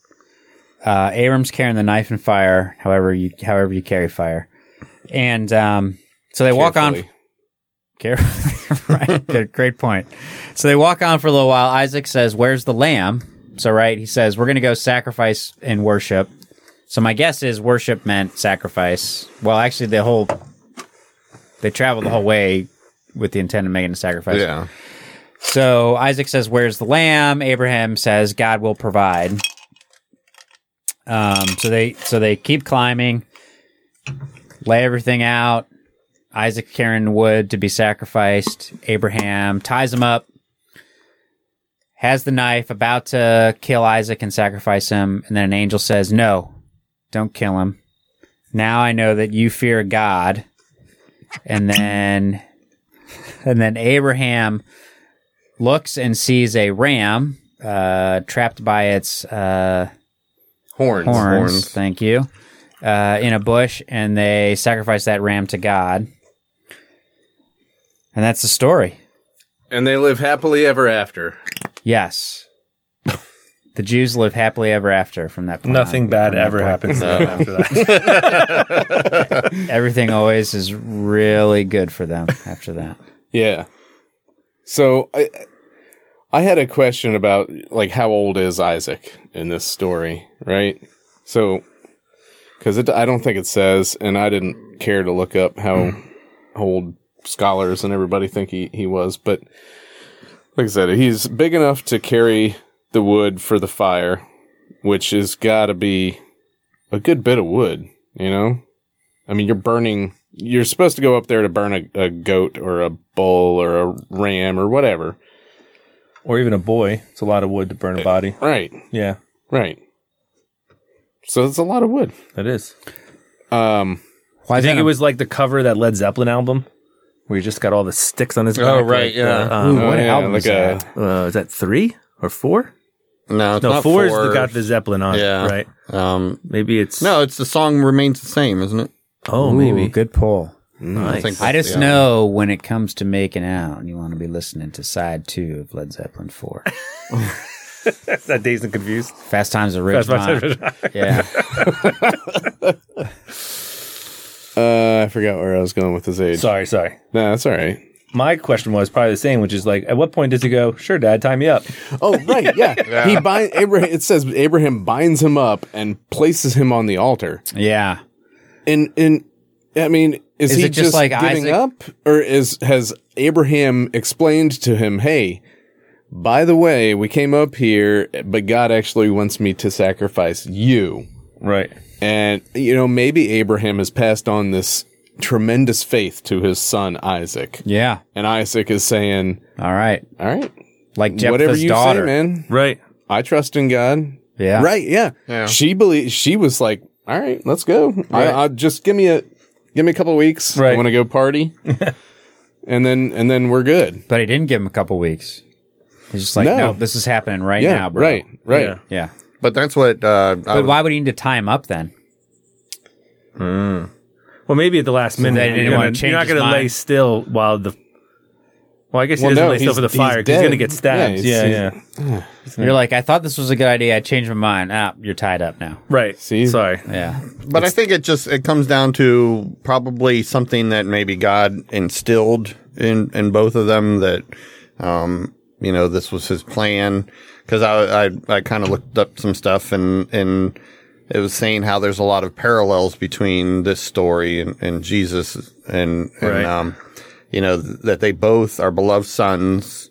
[SPEAKER 2] Uh, Abram's carrying the knife and fire. However you however you carry fire, and um, so they walk on.
[SPEAKER 1] Carefully.
[SPEAKER 2] Carefully. right. Good, great point. So they walk on for a little while. Isaac says, Where's the lamb? So, right, he says, We're going to go sacrifice and worship. So, my guess is worship meant sacrifice. Well, actually, the whole, they traveled the whole way with the intent of making a sacrifice.
[SPEAKER 3] yeah.
[SPEAKER 2] So Isaac says, "Where's the lamb?" Abraham says, "God will provide." Um, so they so they keep climbing, lay everything out. Isaac carrying wood to be sacrificed. Abraham ties him up, has the knife, about to kill Isaac and sacrifice him, and then an angel says, "No, don't kill him. Now I know that you fear God." And then, and then Abraham looks and sees a ram uh, trapped by its uh,
[SPEAKER 1] Horns.
[SPEAKER 2] horns,
[SPEAKER 3] horns.
[SPEAKER 2] Thank you. Uh, in a bush, and they sacrifice that ram to God, and that's the story.
[SPEAKER 1] And they live happily ever after.
[SPEAKER 2] Yes, the Jews live happily ever after from that point.
[SPEAKER 4] Nothing
[SPEAKER 2] on.
[SPEAKER 4] bad
[SPEAKER 2] From that
[SPEAKER 4] ever
[SPEAKER 2] point.
[SPEAKER 4] happens to them after that.
[SPEAKER 2] Everything always is really good for them after that.
[SPEAKER 1] Yeah. So I I had a question about like how old is Isaac in this story, right? So cuz it I don't think it says and I didn't care to look up how old scholars and everybody think he he was, but like I said, he's big enough to carry the wood for the fire, which has got to be a good bit of wood, you know? I mean, you're burning. You're supposed to go up there to burn a, a goat or a bull or a ram or whatever.
[SPEAKER 4] or even a boy. It's a lot of wood to burn a body.
[SPEAKER 1] Right,
[SPEAKER 4] Yeah.
[SPEAKER 1] right. So it's a lot of wood.
[SPEAKER 4] That is.
[SPEAKER 1] Um,
[SPEAKER 2] Why
[SPEAKER 4] I think it was like the cover of that Led Zeppelin album where he just got all the sticks on his back.
[SPEAKER 3] right,
[SPEAKER 4] like,
[SPEAKER 3] yeah.
[SPEAKER 4] uh, um,
[SPEAKER 2] Ooh, what album
[SPEAKER 1] oh, like
[SPEAKER 2] is that?
[SPEAKER 1] a-
[SPEAKER 4] uh, is that three or four?
[SPEAKER 3] No, it's
[SPEAKER 4] No,
[SPEAKER 3] not
[SPEAKER 4] four,
[SPEAKER 3] four.
[SPEAKER 4] is the got the Zeppelin on,
[SPEAKER 3] Yeah.
[SPEAKER 4] right?
[SPEAKER 3] um,
[SPEAKER 4] Maybe it's
[SPEAKER 3] no, it's the song remains the same, isn't it?
[SPEAKER 4] Oh,
[SPEAKER 2] Ooh,
[SPEAKER 4] maybe
[SPEAKER 2] good pull.
[SPEAKER 3] I
[SPEAKER 4] nice.
[SPEAKER 3] think
[SPEAKER 2] I
[SPEAKER 3] that's
[SPEAKER 2] just
[SPEAKER 3] the album.
[SPEAKER 2] know when it comes to making out, you want to be listening to side two of Led Zeppelin four.
[SPEAKER 4] That's that dazed and confused.
[SPEAKER 2] Fast Times at Ridgemont. Yeah.
[SPEAKER 1] uh, I forgot where I was going with his age.
[SPEAKER 4] sorry, sorry.
[SPEAKER 1] No, that's all right.
[SPEAKER 4] My question was probably the same, which is like, at what point does he go? Sure, Dad, tie me up.
[SPEAKER 1] Oh, right, yeah. He bind Abraham. It says Abraham binds him up and places him on the altar.
[SPEAKER 2] Yeah.
[SPEAKER 1] And and I mean, is,
[SPEAKER 2] Is
[SPEAKER 1] he
[SPEAKER 2] it just
[SPEAKER 1] just
[SPEAKER 2] like
[SPEAKER 1] giving
[SPEAKER 2] Isaac?
[SPEAKER 1] up, or is has Abraham explained to him, "Hey, by the way, we came up here, but God actually wants me to sacrifice you."
[SPEAKER 4] Right.
[SPEAKER 1] And you know, maybe Abraham has passed on this tremendous faith to his son Isaac,
[SPEAKER 2] Yeah.
[SPEAKER 1] and Isaac is saying,
[SPEAKER 2] All right.
[SPEAKER 1] "All right,
[SPEAKER 2] Like Jephthah's
[SPEAKER 1] whatever you
[SPEAKER 2] daughter.
[SPEAKER 1] say, man,
[SPEAKER 4] Right.
[SPEAKER 1] I trust in God."
[SPEAKER 2] Yeah.
[SPEAKER 1] Right? Yeah.
[SPEAKER 3] Yeah.
[SPEAKER 1] She believed. She was like, "All right, let's go. I, I just give me a give me a couple of weeks. I
[SPEAKER 4] Right.
[SPEAKER 1] want to go party, and then and then we're good.
[SPEAKER 2] But he didn't give him a couple weeks. He's just like, no,
[SPEAKER 1] No.
[SPEAKER 2] this is happening right
[SPEAKER 1] Yeah.
[SPEAKER 2] now, bro.
[SPEAKER 1] right. Right.
[SPEAKER 4] Yeah.
[SPEAKER 2] Yeah.
[SPEAKER 3] But that's what. Uh, I
[SPEAKER 2] But
[SPEAKER 3] was-
[SPEAKER 2] why would he need to tie him up then?
[SPEAKER 4] Well, maybe at the last minute.
[SPEAKER 2] they didn't
[SPEAKER 4] you're,
[SPEAKER 2] wanna
[SPEAKER 4] gonna,
[SPEAKER 2] change
[SPEAKER 4] you're not
[SPEAKER 2] his
[SPEAKER 4] going to
[SPEAKER 2] mind.
[SPEAKER 4] lay still while the. Well, I guess he
[SPEAKER 1] Well,
[SPEAKER 4] doesn't
[SPEAKER 1] no,
[SPEAKER 4] lay still
[SPEAKER 1] he's-
[SPEAKER 4] for the
[SPEAKER 1] he's
[SPEAKER 4] fire because he's going
[SPEAKER 1] dead.
[SPEAKER 4] to get stabbed.
[SPEAKER 1] Yeah,
[SPEAKER 4] Yeah,
[SPEAKER 1] he's-
[SPEAKER 4] yeah.
[SPEAKER 2] You're like, I thought this was a good idea. I changed my mind. Ah, you're tied up now.
[SPEAKER 4] Right.
[SPEAKER 1] See?
[SPEAKER 4] Sorry.
[SPEAKER 2] Yeah.
[SPEAKER 3] but I think it just it comes down to probably something that maybe God instilled in in both of them that um you know this was his plan because I I, I kind of looked up some stuff and and it was saying how there's a lot of parallels between this story and, and Jesus and, and
[SPEAKER 4] Right.
[SPEAKER 3] um, you know, th- that they both are beloved sons.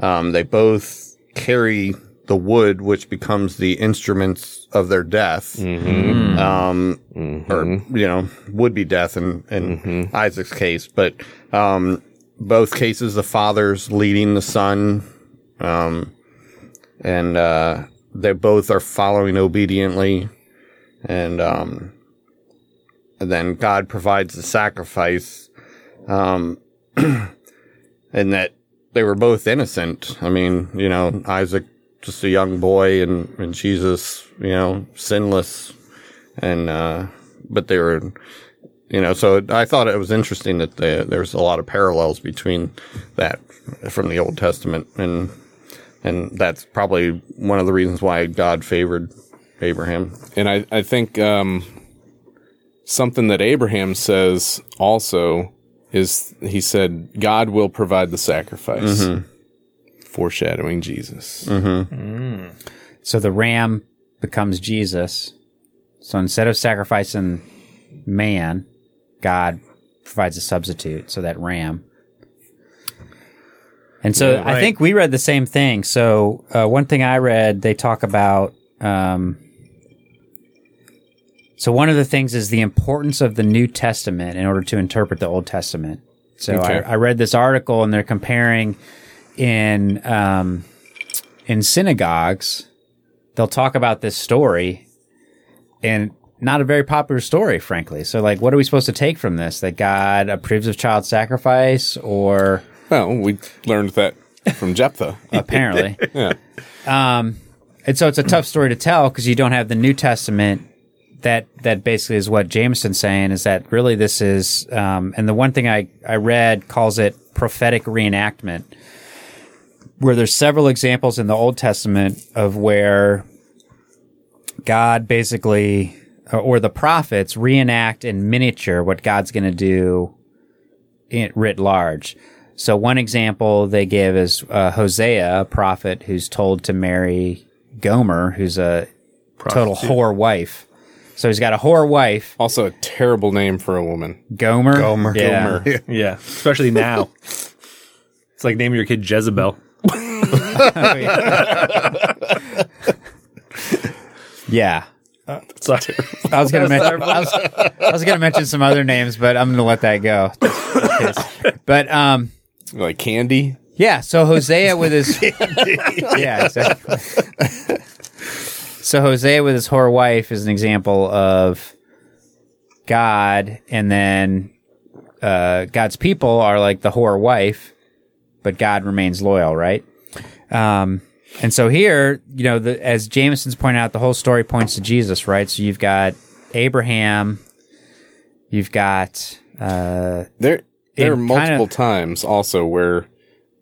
[SPEAKER 3] Um, they both carry the wood, which becomes the instruments of their death. Um, or, you know, would be death in, in Isaac's case, but, um, both cases, the father's leading the son, um, and, uh, they both are following obediently and um, and then God provides the sacrifice, um, and that they were both innocent. I mean, you know, Isaac just a young boy, and and Jesus, you know, sinless, and uh, but they were. You know, so I thought it was interesting that the, there's a lot of parallels between that from the Old Testament, and and that's probably one of the reasons why God favored Abraham.
[SPEAKER 1] And I, I think um, something that Abraham says also is he said, God will provide the sacrifice, foreshadowing Jesus.
[SPEAKER 2] So the ram becomes Jesus. So instead of sacrificing man, God provides a substitute. So that ram. And so I think we read the same thing. So uh, one thing I read, they talk about. Um, so one of the things is the importance of the New Testament in order to interpret the Old Testament. So
[SPEAKER 1] Okay.
[SPEAKER 2] I, I read this article, and they're comparing in um, in synagogues, they'll talk about this story and not a very popular story, frankly. So, like, what are we supposed to take from this? That God approves of child sacrifice, or
[SPEAKER 1] Well, we learned that from Jephthah.
[SPEAKER 2] apparently. Um,
[SPEAKER 1] Yeah.
[SPEAKER 2] and so it's a tough story to tell because you don't have the New Testament. That that basically is what Jameson's saying is that really this is um, and the one thing I I read calls it prophetic reenactment, where there's several examples in the Old Testament of where God basically or the prophets reenact in miniature what God's going to do in, writ large. So one example they give is uh, Hosea, a prophet who's told to marry Gomer, who's a total whore wife. So he's got a whore wife,
[SPEAKER 1] Also, a terrible name for a woman.
[SPEAKER 2] Gomer.
[SPEAKER 3] Gomer.
[SPEAKER 2] Yeah.
[SPEAKER 1] Gomer.
[SPEAKER 4] Yeah, especially now. it's like naming your kid Jezebel.
[SPEAKER 2] Yeah.
[SPEAKER 4] It's like,
[SPEAKER 2] I was gonna mention I was, I was gonna mention some other names, but I'm gonna let that go. but um,
[SPEAKER 1] Like candy.
[SPEAKER 2] Yeah, so Hosea with his yeah, exactly. so Hosea with his whore wife is an example of God, and then uh, God's people are like the whore wife, but God remains loyal, right? Um, and so here, you know, the, as Jameson's pointed out, the whole story points to Jesus, right? So you've got Abraham, you've got uh,
[SPEAKER 1] There, there are
[SPEAKER 2] And
[SPEAKER 1] multiple
[SPEAKER 2] kinda-
[SPEAKER 1] times also where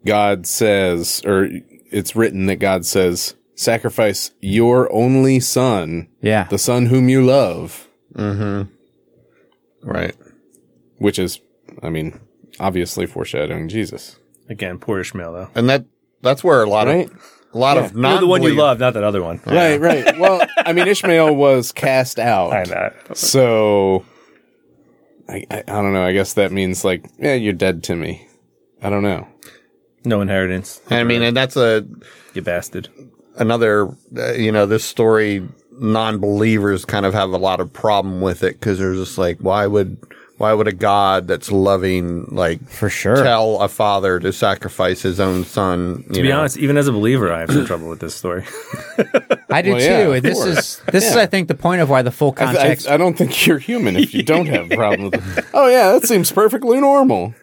[SPEAKER 1] God says, or it's written that God says, sacrifice your only son,
[SPEAKER 2] yeah,
[SPEAKER 1] the son whom you love,
[SPEAKER 3] Right.
[SPEAKER 1] which is, I mean, obviously foreshadowing Jesus.
[SPEAKER 4] again, poor Ishmael though.
[SPEAKER 3] And that that's where a lot
[SPEAKER 1] Right?
[SPEAKER 3] of a lot of
[SPEAKER 4] Not
[SPEAKER 3] non
[SPEAKER 4] the one you love, not that other one.
[SPEAKER 1] Right, right. Well, I mean, Ishmael was cast out.
[SPEAKER 4] I know.
[SPEAKER 1] So, I, I, I don't know. I guess that means like, yeah, you're dead to me. I don't know.
[SPEAKER 4] No inheritance.
[SPEAKER 3] I mean, and that's a
[SPEAKER 4] You bastard.
[SPEAKER 3] another uh, you know this story. Non-believers kind of have a lot of problem with it because they're just like, why would why would a God that's loving like
[SPEAKER 2] for sure.
[SPEAKER 3] tell a father to sacrifice his own son? You
[SPEAKER 4] To be
[SPEAKER 3] know?
[SPEAKER 4] honest, even as a believer, I have some trouble with this story.
[SPEAKER 2] I do
[SPEAKER 1] Well, yeah,
[SPEAKER 2] too.
[SPEAKER 1] of
[SPEAKER 2] this
[SPEAKER 1] course.
[SPEAKER 2] is this is I think the point of why the full
[SPEAKER 1] I,
[SPEAKER 2] context.
[SPEAKER 1] I, I don't think you're human if you don't have a problem with it. Oh, yeah, that seems perfectly normal.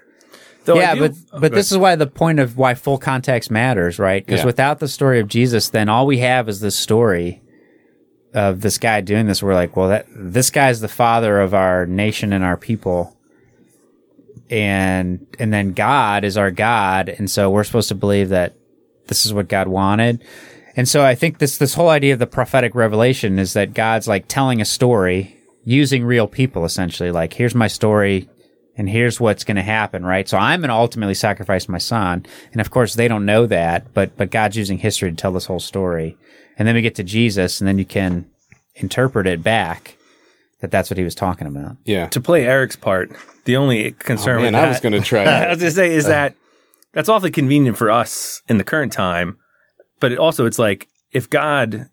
[SPEAKER 4] Though I
[SPEAKER 2] yeah,
[SPEAKER 4] do-
[SPEAKER 2] but but this is why the point of why full context matters, right? Because
[SPEAKER 1] Yeah.
[SPEAKER 2] without the story of Jesus, then all we have is this story of this guy doing this. We're like, well, that this guy's the father of our nation and our people, and and then God is our God, and so we're supposed to believe that this is what God wanted. And so I think this this whole idea of the prophetic revelation is that God's like telling a story using real people essentially like here's my story and here's what's going to happen right so I'm going to ultimately sacrifice my son and of course they don't know that but but God's using history to tell this whole story and then we get to Jesus and then you can interpret it back that that's what he was talking about.
[SPEAKER 1] Yeah.
[SPEAKER 4] To play Eric's part, the only concern with
[SPEAKER 1] Man,
[SPEAKER 4] that,
[SPEAKER 1] I was going to try
[SPEAKER 4] Oh, I
[SPEAKER 1] that.
[SPEAKER 4] was gonna say is that that's awfully convenient for us in the current time, but it also it's like if God,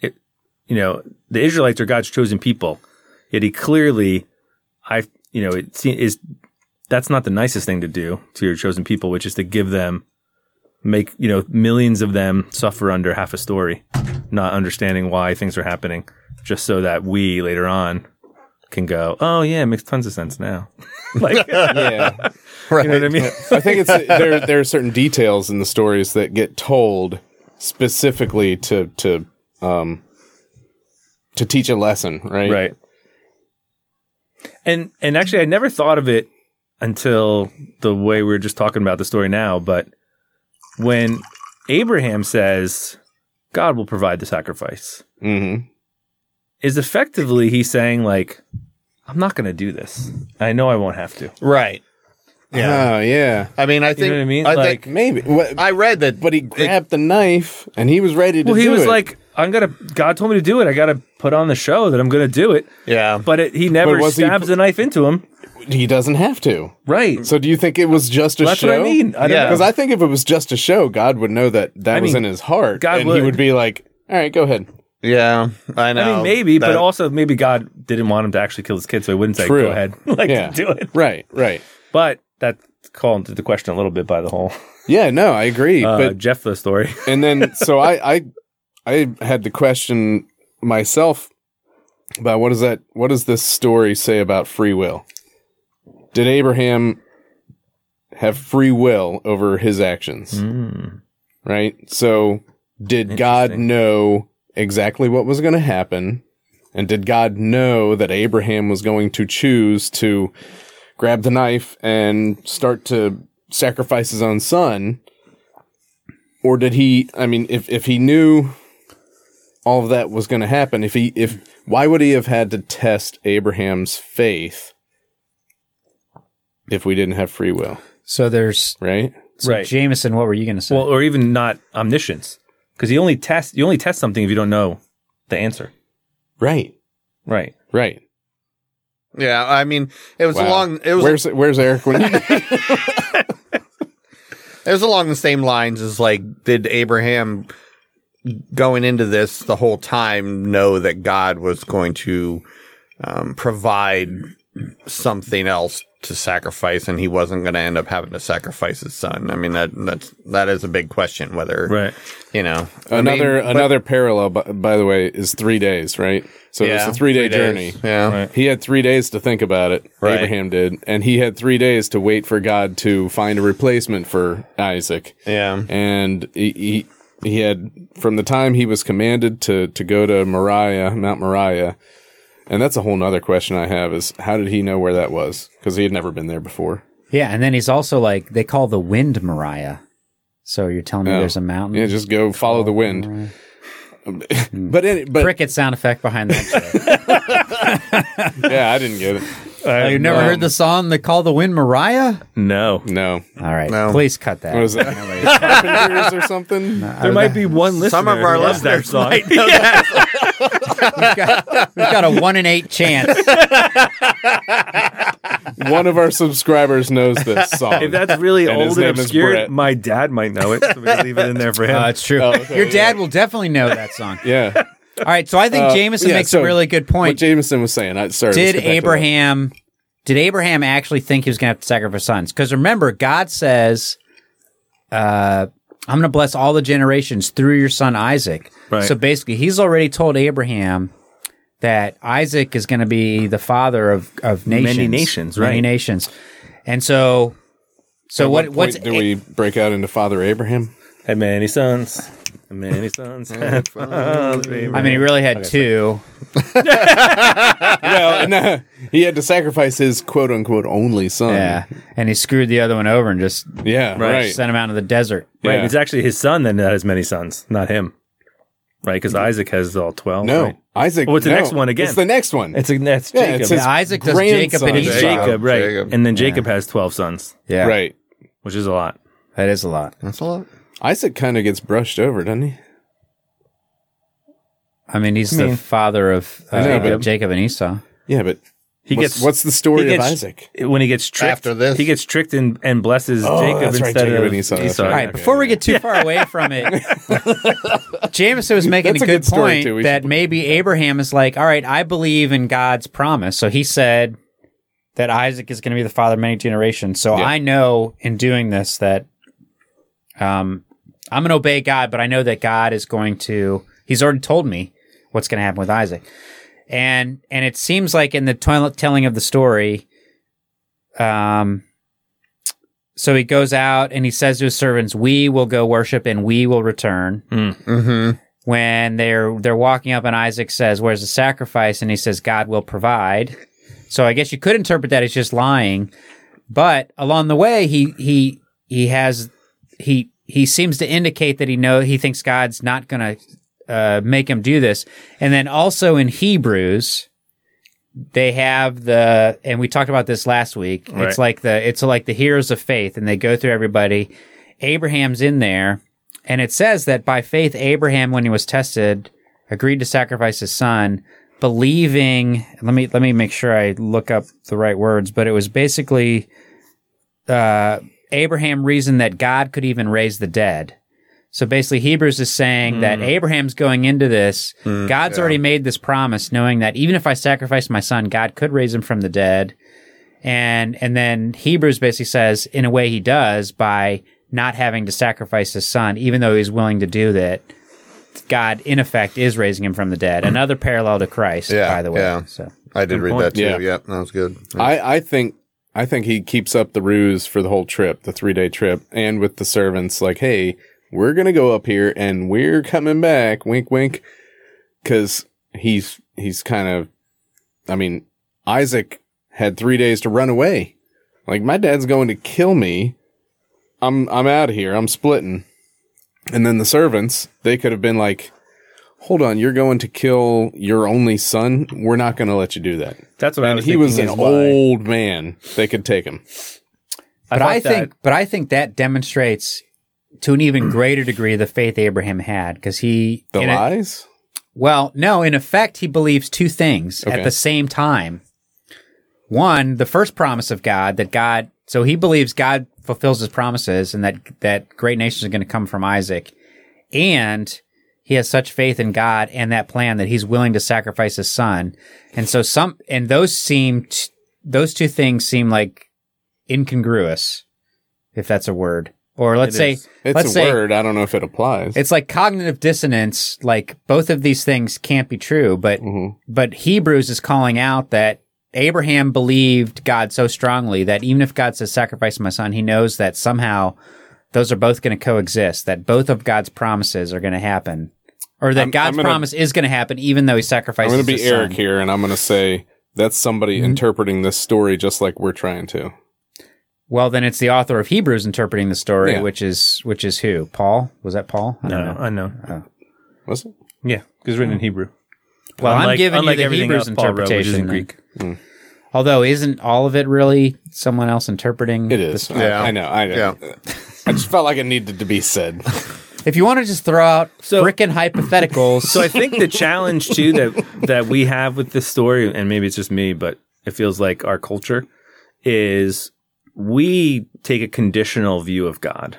[SPEAKER 4] it, you know, the Israelites are God's chosen people, yet He clearly, I you know, it se- is that's not the nicest thing to do to your chosen people, which is to give them, make you know, millions of them suffer under half a story, not understanding why things are happening, just so that we later on can go, oh yeah, it makes tons of sense now, like.
[SPEAKER 1] yeah.
[SPEAKER 3] Right.
[SPEAKER 4] You know what I mean?
[SPEAKER 1] I think it's there. There are certain details in the stories that get told specifically to to um to teach a lesson, right?
[SPEAKER 4] right and and actually i never thought of it until the way we were just talking about the story now but when abraham says god will provide the sacrifice
[SPEAKER 1] hmm
[SPEAKER 4] is effectively he's saying like i'm not going to do this i know i won't have to
[SPEAKER 3] Right. Yeah.
[SPEAKER 1] Yeah. Ah, yeah.
[SPEAKER 3] Uh-huh. I mean, I think.
[SPEAKER 4] what I mean?
[SPEAKER 3] think.
[SPEAKER 1] Maybe. What,
[SPEAKER 3] I read that,
[SPEAKER 1] but he grabbed the knife and he was ready to.
[SPEAKER 4] well he
[SPEAKER 1] do
[SPEAKER 4] was
[SPEAKER 1] it.
[SPEAKER 4] like i'm going to god told me to do it i got to put on the show that i'm going to do it
[SPEAKER 3] yeah,
[SPEAKER 4] but it, he never
[SPEAKER 1] was he-
[SPEAKER 4] stabs the knife into him
[SPEAKER 1] he doesn't have to.
[SPEAKER 4] right
[SPEAKER 1] So do you think it was just a
[SPEAKER 4] that's
[SPEAKER 1] show?
[SPEAKER 4] what i mean i don't
[SPEAKER 3] Yeah.
[SPEAKER 4] know
[SPEAKER 1] Because I think if it was just a show, God would know that that was
[SPEAKER 4] mean,
[SPEAKER 1] in his heart,
[SPEAKER 4] God
[SPEAKER 1] and he
[SPEAKER 4] would.
[SPEAKER 1] would be like, "All right, go ahead."
[SPEAKER 3] yeah, I know.
[SPEAKER 4] I mean, maybe, but
[SPEAKER 3] That-
[SPEAKER 4] also maybe God didn't want him to actually kill his kid, so he wouldn't say,
[SPEAKER 1] True.
[SPEAKER 4] "Go ahead, like
[SPEAKER 1] Yeah.
[SPEAKER 4] do it."
[SPEAKER 1] Right, right.
[SPEAKER 4] But that called into question a little bit by the whole
[SPEAKER 1] Yeah, no, I agree.
[SPEAKER 4] uh,
[SPEAKER 1] but
[SPEAKER 4] Jephthah story.
[SPEAKER 1] and then so I, I I had to question myself about what does that what does this story say about free will? Did Abraham have free will over his actions? Hmm. Right? So did God
[SPEAKER 4] Interesting.
[SPEAKER 1] know exactly what was going to happen? And did God know that Abraham was going to choose to grab the knife and start to sacrifice his own son? Or did he I mean if if he knew all of that was going to happen, if he if why would he have had to test Abraham's faith if we didn't have free will,
[SPEAKER 2] So there's
[SPEAKER 1] right?
[SPEAKER 2] so
[SPEAKER 4] Right.
[SPEAKER 2] Jameson. What were you going to say?
[SPEAKER 4] Well, or even not omniscience, because you only test you only test something if you don't know the answer.
[SPEAKER 1] Right.
[SPEAKER 4] Right.
[SPEAKER 1] Right.
[SPEAKER 3] yeah. I mean, it was
[SPEAKER 1] Wow.
[SPEAKER 3] along. It was
[SPEAKER 1] where's where's Eric when
[SPEAKER 3] It was along the same lines as like, did Abraham going into this the whole time know that God was going to um, provide something else to sacrifice, and he wasn't going to end up having to sacrifice his son? I mean, that that's that is a big question. Whether
[SPEAKER 4] Right.
[SPEAKER 3] you know I mean,
[SPEAKER 1] another
[SPEAKER 3] but-
[SPEAKER 1] another parallel by, by the way is three days right so it's
[SPEAKER 3] yeah,
[SPEAKER 1] a three day
[SPEAKER 3] days.
[SPEAKER 1] journey
[SPEAKER 3] Yeah,
[SPEAKER 4] Right.
[SPEAKER 1] he had three days to think about it
[SPEAKER 3] Right.
[SPEAKER 1] abraham did and he had three days to wait for god to find a replacement for isaac
[SPEAKER 3] yeah,
[SPEAKER 1] and he, he he had from the time he was commanded to to go to Moriah, Mount Moriah, and that's a whole nother question I have is how did he know where that was because he had never been there before.
[SPEAKER 2] yeah, and then he's also like they call the wind Mariah. So you're telling me
[SPEAKER 1] Oh.
[SPEAKER 2] there's a mountain?
[SPEAKER 1] Yeah, just go follow the wind.
[SPEAKER 2] Mariah.
[SPEAKER 1] But any, but
[SPEAKER 2] Cricket sound effect behind that. joke.
[SPEAKER 1] yeah, I didn't get it.
[SPEAKER 2] Oh, you've never heard the song "They Call the Wind Mariah"?
[SPEAKER 4] No.
[SPEAKER 1] No,
[SPEAKER 2] All right,
[SPEAKER 3] No.
[SPEAKER 2] please cut that.
[SPEAKER 1] what is that? Carpenters or something?
[SPEAKER 4] There might be one listener.
[SPEAKER 3] Some of our
[SPEAKER 4] who loves that
[SPEAKER 3] listeners
[SPEAKER 4] song.
[SPEAKER 3] might
[SPEAKER 2] We've got, we've got a one in eight chance.
[SPEAKER 1] One of our subscribers knows this song.
[SPEAKER 4] If that's really
[SPEAKER 1] And his
[SPEAKER 4] old and
[SPEAKER 1] name is Brett.
[SPEAKER 4] obscure, my dad might know it. So we leave it in there for him.
[SPEAKER 2] Uh, it's true.
[SPEAKER 1] Oh, okay,
[SPEAKER 2] Your dad will definitely know that song.
[SPEAKER 1] yeah, Uh,
[SPEAKER 2] All right, so I think Jameson
[SPEAKER 1] yeah,
[SPEAKER 2] makes
[SPEAKER 1] so
[SPEAKER 2] a really good
[SPEAKER 1] what
[SPEAKER 2] point.
[SPEAKER 1] Jameson was saying. I, sorry, let's get
[SPEAKER 2] did
[SPEAKER 1] back to that.
[SPEAKER 2] Abraham did Abraham actually think he was going to have to sacrifice sons? Because remember, God says, uh, "I'm going to bless all the generations through your son Isaac."
[SPEAKER 4] Right.
[SPEAKER 2] So basically, he's already told Abraham that Isaac is going to be the father of of nations,
[SPEAKER 4] nations,
[SPEAKER 2] many
[SPEAKER 4] right.
[SPEAKER 2] nations, and so. So what?
[SPEAKER 1] What
[SPEAKER 2] what's
[SPEAKER 1] point do we break out into Father Abraham?
[SPEAKER 4] Had many sons. Had many sons. had fathers.
[SPEAKER 2] I mean, he really had two.
[SPEAKER 1] well, uh, no, he had to sacrifice his quote unquote only son.
[SPEAKER 2] Yeah, and he screwed the other one over and just
[SPEAKER 1] Yeah, right.
[SPEAKER 2] sent him out into the desert.
[SPEAKER 4] Right.
[SPEAKER 1] Yeah.
[SPEAKER 4] It's actually his son then that uh, has many sons, not him. Right. Because Isaac has all 12.
[SPEAKER 1] No,
[SPEAKER 4] right?
[SPEAKER 1] Isaac.
[SPEAKER 4] Well, it's the
[SPEAKER 1] no,
[SPEAKER 4] next one again.
[SPEAKER 1] It's the next one.
[SPEAKER 4] It's a, that's
[SPEAKER 1] Yeah,
[SPEAKER 4] Jacob.
[SPEAKER 1] it's his
[SPEAKER 2] Yeah, Isaac does
[SPEAKER 1] grandson.
[SPEAKER 2] Jacob and
[SPEAKER 4] It's
[SPEAKER 2] Esau.
[SPEAKER 1] Jacob.
[SPEAKER 4] Jacob, right.
[SPEAKER 3] Jacob.
[SPEAKER 4] And then Jacob has 12 sons,
[SPEAKER 2] Yeah,
[SPEAKER 1] Right.
[SPEAKER 4] which is a lot.
[SPEAKER 2] That is a lot.
[SPEAKER 3] that's a lot.
[SPEAKER 1] Isaac kind of gets brushed over, doesn't he?
[SPEAKER 2] I mean, he's
[SPEAKER 4] I mean-
[SPEAKER 2] the father of uh,
[SPEAKER 1] know, but-
[SPEAKER 2] Jacob and Esau.
[SPEAKER 1] Yeah, but
[SPEAKER 4] He
[SPEAKER 1] what's,
[SPEAKER 4] gets
[SPEAKER 1] what's the story
[SPEAKER 4] he gets-
[SPEAKER 1] of Isaac?
[SPEAKER 4] when he gets tricked
[SPEAKER 3] After this?
[SPEAKER 4] He gets tricked and, and blesses
[SPEAKER 1] Oh,
[SPEAKER 4] Jacob
[SPEAKER 1] that's right,
[SPEAKER 4] instead
[SPEAKER 1] Jacob
[SPEAKER 4] of
[SPEAKER 1] and Esau, that's
[SPEAKER 4] Esau.
[SPEAKER 1] right.
[SPEAKER 2] All right, before we get too far away from it, Jameson was making
[SPEAKER 1] That's
[SPEAKER 2] a
[SPEAKER 1] a
[SPEAKER 2] good,
[SPEAKER 1] good story,
[SPEAKER 2] point
[SPEAKER 1] too. We
[SPEAKER 2] that
[SPEAKER 1] should-
[SPEAKER 2] maybe Abraham is like, all right, I believe in God's promise. So he said that Isaac is going to be the father of many generations. So
[SPEAKER 1] Yeah.
[SPEAKER 2] I know in doing this that um, I'm going to obey God, but I know that God is going to, he's already told me what's going to happen with Isaac. And, and it seems like in the tell- telling of the story, um, so he goes out and he says to his servants, "We will go worship and we will return."
[SPEAKER 3] Mm-hmm.
[SPEAKER 2] When they're they're walking up, and Isaac says, "Where's the sacrifice?" and he says, "God will provide." So I guess you could interpret that as just lying, but along the way, he he he has he he seems to indicate that he know he thinks God's not going to uh, make him do this, and then also in Hebrews. They have the, and we talked about this last week.
[SPEAKER 4] Right.
[SPEAKER 2] It's like the, it's like the heroes of faith, and they go through everybody. Abraham's in there, and it says that by faith, Abraham, when he was tested, agreed to sacrifice his son, believing. Let me let me make sure I look up the right words, but it was basically uh, Abraham reasoned that God could even raise the dead. So basically, Hebrews is saying that
[SPEAKER 3] Hmm.
[SPEAKER 2] Abraham's going into this. God's already made this promise, knowing that even if I sacrifice my son, God could raise him from the dead. And and then Hebrews basically says, in a way, he does by not having to sacrifice his son, even though he's willing to do that. God, in effect, is raising him from the dead. Another parallel to Christ,
[SPEAKER 3] Yeah,
[SPEAKER 2] by the way.
[SPEAKER 3] yeah.
[SPEAKER 2] So
[SPEAKER 3] I did
[SPEAKER 4] Good
[SPEAKER 3] read
[SPEAKER 4] point.
[SPEAKER 3] that too.
[SPEAKER 1] Yeah. Uh,
[SPEAKER 3] Yeah. that was good.
[SPEAKER 1] I, I think I think he keeps up the ruse for the whole trip, the three day trip, and with the servants, like, hey, we're gonna go up here and we're coming back, wink wink. Cause he's he's kind of I mean, Isaac had three days to run away. Like my dad's going to kill me. I'm I'm out of here. I'm splitting. And then the servants, they could have been like, Hold on, you're going to kill your only son. We're not gonna let you do that
[SPEAKER 4] That's what I
[SPEAKER 1] and
[SPEAKER 4] was
[SPEAKER 1] he
[SPEAKER 4] thinking
[SPEAKER 1] was an
[SPEAKER 4] is why-
[SPEAKER 1] old man. They could take him.
[SPEAKER 4] I
[SPEAKER 2] but I,
[SPEAKER 4] thought that-
[SPEAKER 2] think, but I think that demonstrates to an even greater degree the faith Abraham had because he,
[SPEAKER 1] The
[SPEAKER 2] in a-
[SPEAKER 1] lies?
[SPEAKER 2] well, no, in effect, he believes two things
[SPEAKER 1] Okay.
[SPEAKER 2] at the same time. One, the first promise of God that God, so he believes God fulfills his promises and that that great nations are going to come from Isaac, and he has such faith in God and that plan that he's willing to sacrifice his son. And so some, and those seem, t- those two things seem like incongruous, if that's a word. Or let's
[SPEAKER 4] It
[SPEAKER 2] say,
[SPEAKER 4] is.
[SPEAKER 1] It's
[SPEAKER 2] let's
[SPEAKER 1] a
[SPEAKER 2] say,
[SPEAKER 1] word. I don't know if it applies.
[SPEAKER 2] it's like cognitive dissonance. Like both of these things can't be true, but
[SPEAKER 1] Mhm.
[SPEAKER 2] but Hebrews is calling out that Abraham believed God so strongly that even if God says sacrifice my son, he knows that somehow those are both going to coexist. That both of God's promises are going to happen, or that
[SPEAKER 1] I'm-
[SPEAKER 2] God's
[SPEAKER 1] I'm gonna-
[SPEAKER 2] promise is going to happen, even though he
[SPEAKER 1] I'm
[SPEAKER 2] sacrifices.
[SPEAKER 1] going to be
[SPEAKER 2] his son.
[SPEAKER 1] Eric here, and I'm going to say that's somebody
[SPEAKER 2] Mm-hmm.
[SPEAKER 1] interpreting this story just like we're trying to.
[SPEAKER 2] Well, then it's the author of Hebrews interpreting the story,
[SPEAKER 1] Yeah.
[SPEAKER 2] which is which is who? Paul? Was that Paul? I
[SPEAKER 4] No,
[SPEAKER 2] don't know.
[SPEAKER 4] I know.
[SPEAKER 1] Was it?
[SPEAKER 4] Yeah, because written in Hebrew.
[SPEAKER 2] Well, I'm
[SPEAKER 4] Unlike-
[SPEAKER 2] giving you
[SPEAKER 4] unlike
[SPEAKER 2] the
[SPEAKER 4] everything
[SPEAKER 2] Hebrews
[SPEAKER 4] else Paul wrote, which is
[SPEAKER 2] interpretation. then.
[SPEAKER 4] in Greek.
[SPEAKER 2] Although, isn't all of it really someone else interpreting?
[SPEAKER 1] It is. I-
[SPEAKER 3] Yeah.
[SPEAKER 1] I, know. I know. I just felt like it needed to be said.
[SPEAKER 2] If you want to just throw out
[SPEAKER 4] So-
[SPEAKER 2] frickin' hypotheticals,
[SPEAKER 4] So I think the challenge too that that we have with this story, and maybe it's just me, but it feels like our culture is we take a conditional view of God,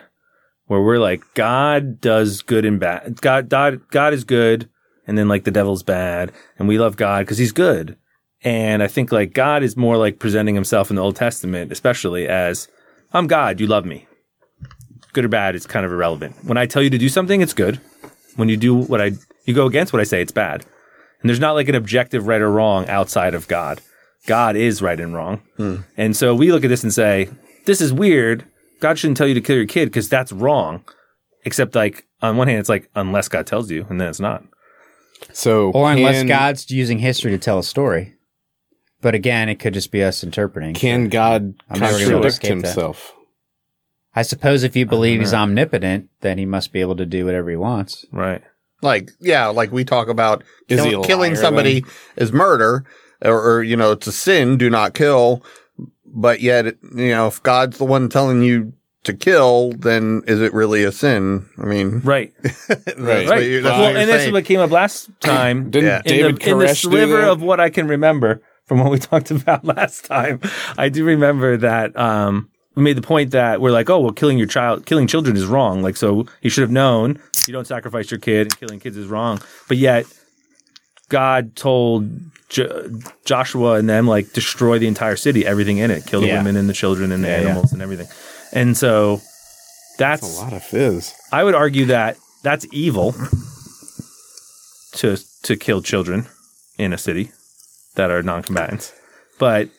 [SPEAKER 4] where we're like, God does good and bad. God, God, God is good, and then like the devil's bad, and we love God because He's good. And I think like God is more like presenting Himself in the Old Testament, especially as I'm God, you love me. Good or bad, it's kind of irrelevant. When I tell you to do something, it's good when you do what I you go against what I say, it's bad. And there's not like an objective right or wrong outside of God. God is right and wrong.
[SPEAKER 3] Hmm.
[SPEAKER 4] And so we look at this and say, this is weird. God shouldn't tell you to kill your kid because that's wrong. Except like on one hand, it's like unless God tells you, and then it's not.
[SPEAKER 1] So,
[SPEAKER 2] or unless
[SPEAKER 1] can-
[SPEAKER 2] God's using history to tell a story. But again, it could just be us interpreting.
[SPEAKER 1] can God
[SPEAKER 2] I'm never
[SPEAKER 4] gonna
[SPEAKER 1] contradict
[SPEAKER 2] escape that.
[SPEAKER 1] himself?
[SPEAKER 2] I suppose if you believe he's omnipotent, then he must be able to do whatever he wants.
[SPEAKER 4] Right.
[SPEAKER 3] like yeah, like we talk about
[SPEAKER 1] Is
[SPEAKER 3] kill-
[SPEAKER 1] he a
[SPEAKER 3] killing
[SPEAKER 1] liar,
[SPEAKER 3] somebody is murder, or, or you know it's a sin. Do not kill. But yet, you know, if God's the one telling you to kill, then is it really a sin? I mean,
[SPEAKER 4] Right.
[SPEAKER 3] that's
[SPEAKER 1] Right.
[SPEAKER 3] what
[SPEAKER 4] Right.
[SPEAKER 3] you- that's what
[SPEAKER 4] well,
[SPEAKER 3] you're
[SPEAKER 4] and this is
[SPEAKER 3] saying.
[SPEAKER 4] what came up last time.
[SPEAKER 1] Didn't
[SPEAKER 3] Yeah.
[SPEAKER 4] in
[SPEAKER 1] David
[SPEAKER 4] the, in the
[SPEAKER 1] Koresh do
[SPEAKER 4] sliver
[SPEAKER 1] that?
[SPEAKER 4] of what I can remember from what we talked about last time, I do remember that um, we made the point that we're like, oh, well, killing your child, killing children is wrong. Like, so you should have known you don't sacrifice your kid, and killing kids is wrong. But yet, God told jo- Joshua and them like destroy the entire city, everything in it, kill the
[SPEAKER 2] Yeah.
[SPEAKER 4] women and the children and the
[SPEAKER 2] Yeah, yeah.
[SPEAKER 4] animals and everything. And so
[SPEAKER 1] a
[SPEAKER 4] that's
[SPEAKER 1] lot of fizz.
[SPEAKER 4] I would argue that that's evil to to kill children in a city that are non-combatants, but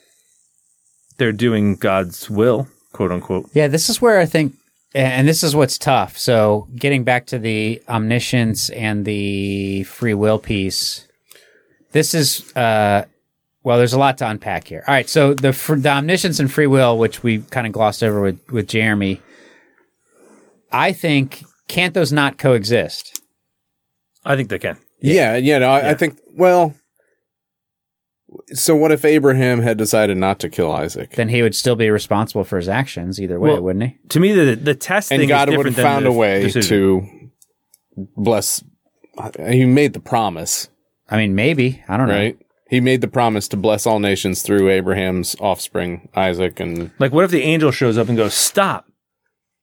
[SPEAKER 4] they're doing God's will, quote unquote.
[SPEAKER 2] Yeah, this is where I think, and this is what's tough. So, getting back to the omniscience and the free will piece, this is, uh, well, there's a lot to unpack here. All right, so the fr- the omniscience and free will, which we kind of glossed over with with Jeremy, I think can't those not coexist?
[SPEAKER 4] I think they can.
[SPEAKER 1] Yeah, yeah, no, I, I think. Well, so what if Abraham had decided not to kill Isaac,
[SPEAKER 2] Then he would still be responsible for his actions either way,
[SPEAKER 4] Well,
[SPEAKER 2] wouldn't he?
[SPEAKER 4] To me, the the test
[SPEAKER 1] and
[SPEAKER 4] thing
[SPEAKER 1] God
[SPEAKER 4] is
[SPEAKER 1] would have
[SPEAKER 4] different than
[SPEAKER 1] found
[SPEAKER 4] the
[SPEAKER 1] a way
[SPEAKER 4] decision.
[SPEAKER 1] to bless? He made the promise,
[SPEAKER 2] I mean, maybe I
[SPEAKER 4] Mm-hmm.
[SPEAKER 2] don't know.
[SPEAKER 1] right? He made the promise to bless all nations through Abraham's offspring, Isaac, and
[SPEAKER 4] Like, what if the angel shows up and goes, "Stop,"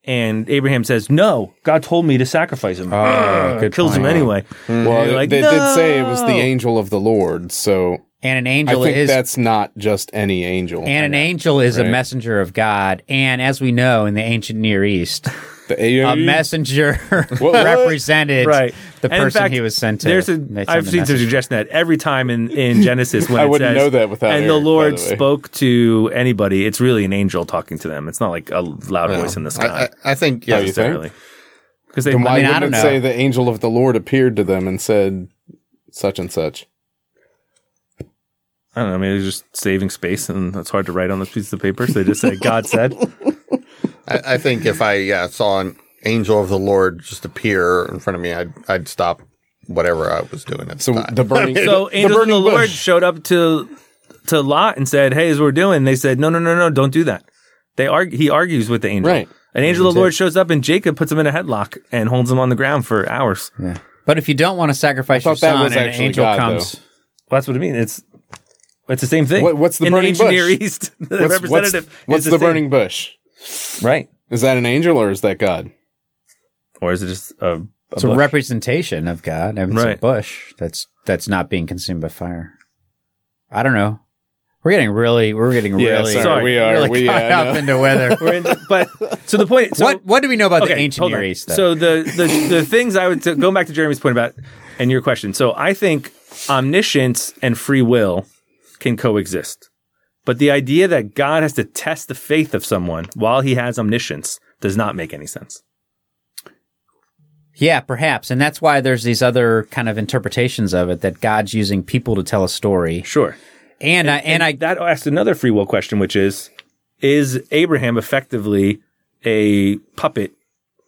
[SPEAKER 4] and Abraham says, "No, God told me to sacrifice him."
[SPEAKER 1] Ah.
[SPEAKER 4] Ugh,
[SPEAKER 2] Ah, good
[SPEAKER 4] Uh, kills him
[SPEAKER 2] point.
[SPEAKER 4] anyway.
[SPEAKER 1] Mm-hmm. well,
[SPEAKER 4] You're like,
[SPEAKER 1] they did say it was the
[SPEAKER 4] "No!"
[SPEAKER 1] angel of the Lord, so
[SPEAKER 2] And an
[SPEAKER 1] I
[SPEAKER 2] angel
[SPEAKER 1] think
[SPEAKER 2] is
[SPEAKER 1] that's not just any angel.
[SPEAKER 2] And an angel is
[SPEAKER 1] Right.
[SPEAKER 2] a messenger of God. And as we know in the ancient Near East,
[SPEAKER 1] the a-
[SPEAKER 2] a messenger
[SPEAKER 1] what?
[SPEAKER 2] represented
[SPEAKER 4] Right.
[SPEAKER 2] the
[SPEAKER 4] And in
[SPEAKER 2] person
[SPEAKER 4] fact,
[SPEAKER 2] he was sent to.
[SPEAKER 4] There's a,
[SPEAKER 2] They sent
[SPEAKER 4] I've
[SPEAKER 2] the
[SPEAKER 4] seen some
[SPEAKER 2] message.
[SPEAKER 4] suggestion that every time in, in Genesis when
[SPEAKER 1] I
[SPEAKER 4] it
[SPEAKER 1] wouldn't
[SPEAKER 4] says,
[SPEAKER 1] know that without
[SPEAKER 4] and
[SPEAKER 1] Eric, by
[SPEAKER 4] the
[SPEAKER 1] the
[SPEAKER 4] Lord
[SPEAKER 1] way."
[SPEAKER 4] spoke to anybody, it's really an angel talking to them. It's not like a loud voice in the
[SPEAKER 3] I,
[SPEAKER 4] sky
[SPEAKER 3] I, I think yeah,
[SPEAKER 1] you think?
[SPEAKER 4] necessarily. Because they,
[SPEAKER 1] Then why
[SPEAKER 2] I mean, I
[SPEAKER 1] wouldn't
[SPEAKER 2] don't
[SPEAKER 1] it
[SPEAKER 2] know.
[SPEAKER 1] say the angel of the Lord appeared to them and said such and such?
[SPEAKER 4] I don't know, maybe they're just saving space and that's hard to write on those pieces of paper. So they just say, God said.
[SPEAKER 3] I, I think if I yeah, saw an angel of the Lord just appear in front of me, I'd I'd stop whatever I was doing at the
[SPEAKER 1] So
[SPEAKER 3] time.
[SPEAKER 1] the burning,
[SPEAKER 4] So
[SPEAKER 1] the,
[SPEAKER 4] angels of
[SPEAKER 1] burning
[SPEAKER 4] the Lord
[SPEAKER 1] bush.
[SPEAKER 4] showed up to to Lot and said, "Hey, as we're doing." They said, "No, no, no, no, don't do that." They argue. He argues with the angel.
[SPEAKER 1] Right.
[SPEAKER 4] An angel of the Lord shows up and Jacob puts him in a headlock and holds him on the ground for hours.
[SPEAKER 2] But if you don't want to sacrifice
[SPEAKER 1] I
[SPEAKER 2] your
[SPEAKER 1] thought that
[SPEAKER 2] son,
[SPEAKER 1] was
[SPEAKER 2] and an
[SPEAKER 1] actually
[SPEAKER 2] angel
[SPEAKER 1] God,
[SPEAKER 2] comes.
[SPEAKER 4] Well, that's what I mean. It's it's the same thing.
[SPEAKER 1] What- what's the
[SPEAKER 4] in
[SPEAKER 1] burning
[SPEAKER 4] the ancient
[SPEAKER 1] bush?
[SPEAKER 4] Near East? The
[SPEAKER 1] What's, what's,
[SPEAKER 4] representative. is
[SPEAKER 1] what's the,
[SPEAKER 4] same.
[SPEAKER 1] burning bush?
[SPEAKER 4] Right.
[SPEAKER 1] Is that an angel or is that God?
[SPEAKER 4] Or is it just a, a
[SPEAKER 2] It's a
[SPEAKER 4] bush?
[SPEAKER 2] representation of God. And it's a
[SPEAKER 4] Right.
[SPEAKER 2] bush that's that's not being consumed by fire. I don't know. We're getting really, we're getting really,
[SPEAKER 1] sorry, we are.
[SPEAKER 2] really
[SPEAKER 1] we,
[SPEAKER 2] caught
[SPEAKER 1] yeah, I
[SPEAKER 2] up
[SPEAKER 1] know.
[SPEAKER 2] into whether.
[SPEAKER 4] We're in- but so the point. So,
[SPEAKER 2] what what do we know about the
[SPEAKER 4] Okay,
[SPEAKER 2] ancient
[SPEAKER 4] hold
[SPEAKER 2] Near
[SPEAKER 4] on.
[SPEAKER 2] East? Though?
[SPEAKER 4] So the the, the things I would t- go back to Jeremy's point about and your question. So I think omniscience and free will can coexist, but the idea that God has to test the faith of someone while He has omniscience does not make any sense.
[SPEAKER 2] Yeah, perhaps. And that's why there's these other kind of interpretations of it that God's using people to tell a story.
[SPEAKER 4] Sure,
[SPEAKER 2] And, I and, I
[SPEAKER 4] that asks another free will question, which is: Is Abraham effectively a puppet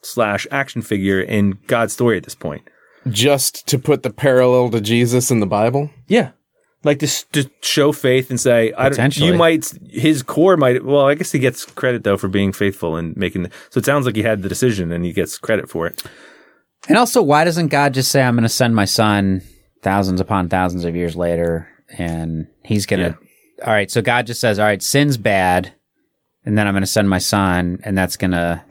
[SPEAKER 4] slash action figure in God's story at this point?
[SPEAKER 1] Just to put the parallel to Jesus in the Bible?
[SPEAKER 4] Yeah. Like to, s- to show faith and say, I don't,
[SPEAKER 2] Potentially.
[SPEAKER 4] you might, his core might, well, I guess he gets credit though for being faithful and making, the, so it sounds like he had the decision and he gets credit for it.
[SPEAKER 2] and also why doesn't God just say I'm going to send my son thousands upon thousands of years later and he's going to All right, so God just says, "All right, sin's bad and then I'm going to send my son and that's going to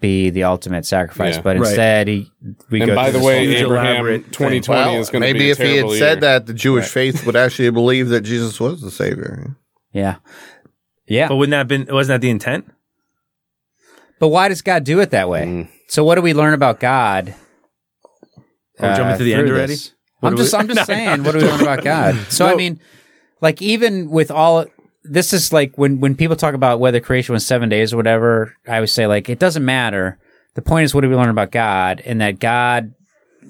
[SPEAKER 2] be the ultimate sacrifice."
[SPEAKER 1] Yeah.
[SPEAKER 2] but
[SPEAKER 4] Right.
[SPEAKER 2] instead he we
[SPEAKER 1] And
[SPEAKER 2] go
[SPEAKER 1] by
[SPEAKER 2] through
[SPEAKER 1] the
[SPEAKER 2] this
[SPEAKER 1] way,
[SPEAKER 4] huge
[SPEAKER 1] Abraham
[SPEAKER 4] elaborate
[SPEAKER 1] 2020
[SPEAKER 3] well,
[SPEAKER 1] is going to be
[SPEAKER 3] maybe
[SPEAKER 1] a
[SPEAKER 3] if he had
[SPEAKER 1] terrible year.
[SPEAKER 3] said that, the Jewish faith would actually believe that Jesus was the Savior.
[SPEAKER 2] whole- Yeah. Yeah.
[SPEAKER 4] But wouldn't that have been, wasn't that the intent?
[SPEAKER 2] But why does God do it that way?
[SPEAKER 4] Mm.
[SPEAKER 2] So what do we learn about God?
[SPEAKER 4] Are we jumping to the end
[SPEAKER 2] through
[SPEAKER 4] already?
[SPEAKER 2] this?
[SPEAKER 4] What
[SPEAKER 2] I'm
[SPEAKER 4] do we-
[SPEAKER 2] just I'm just
[SPEAKER 4] No,
[SPEAKER 2] saying, what do we learn about God? So I mean, like even with all this is like when when people talk about whether creation was seven days or whatever, I always say like it doesn't matter. The point is what do we learn about God and that God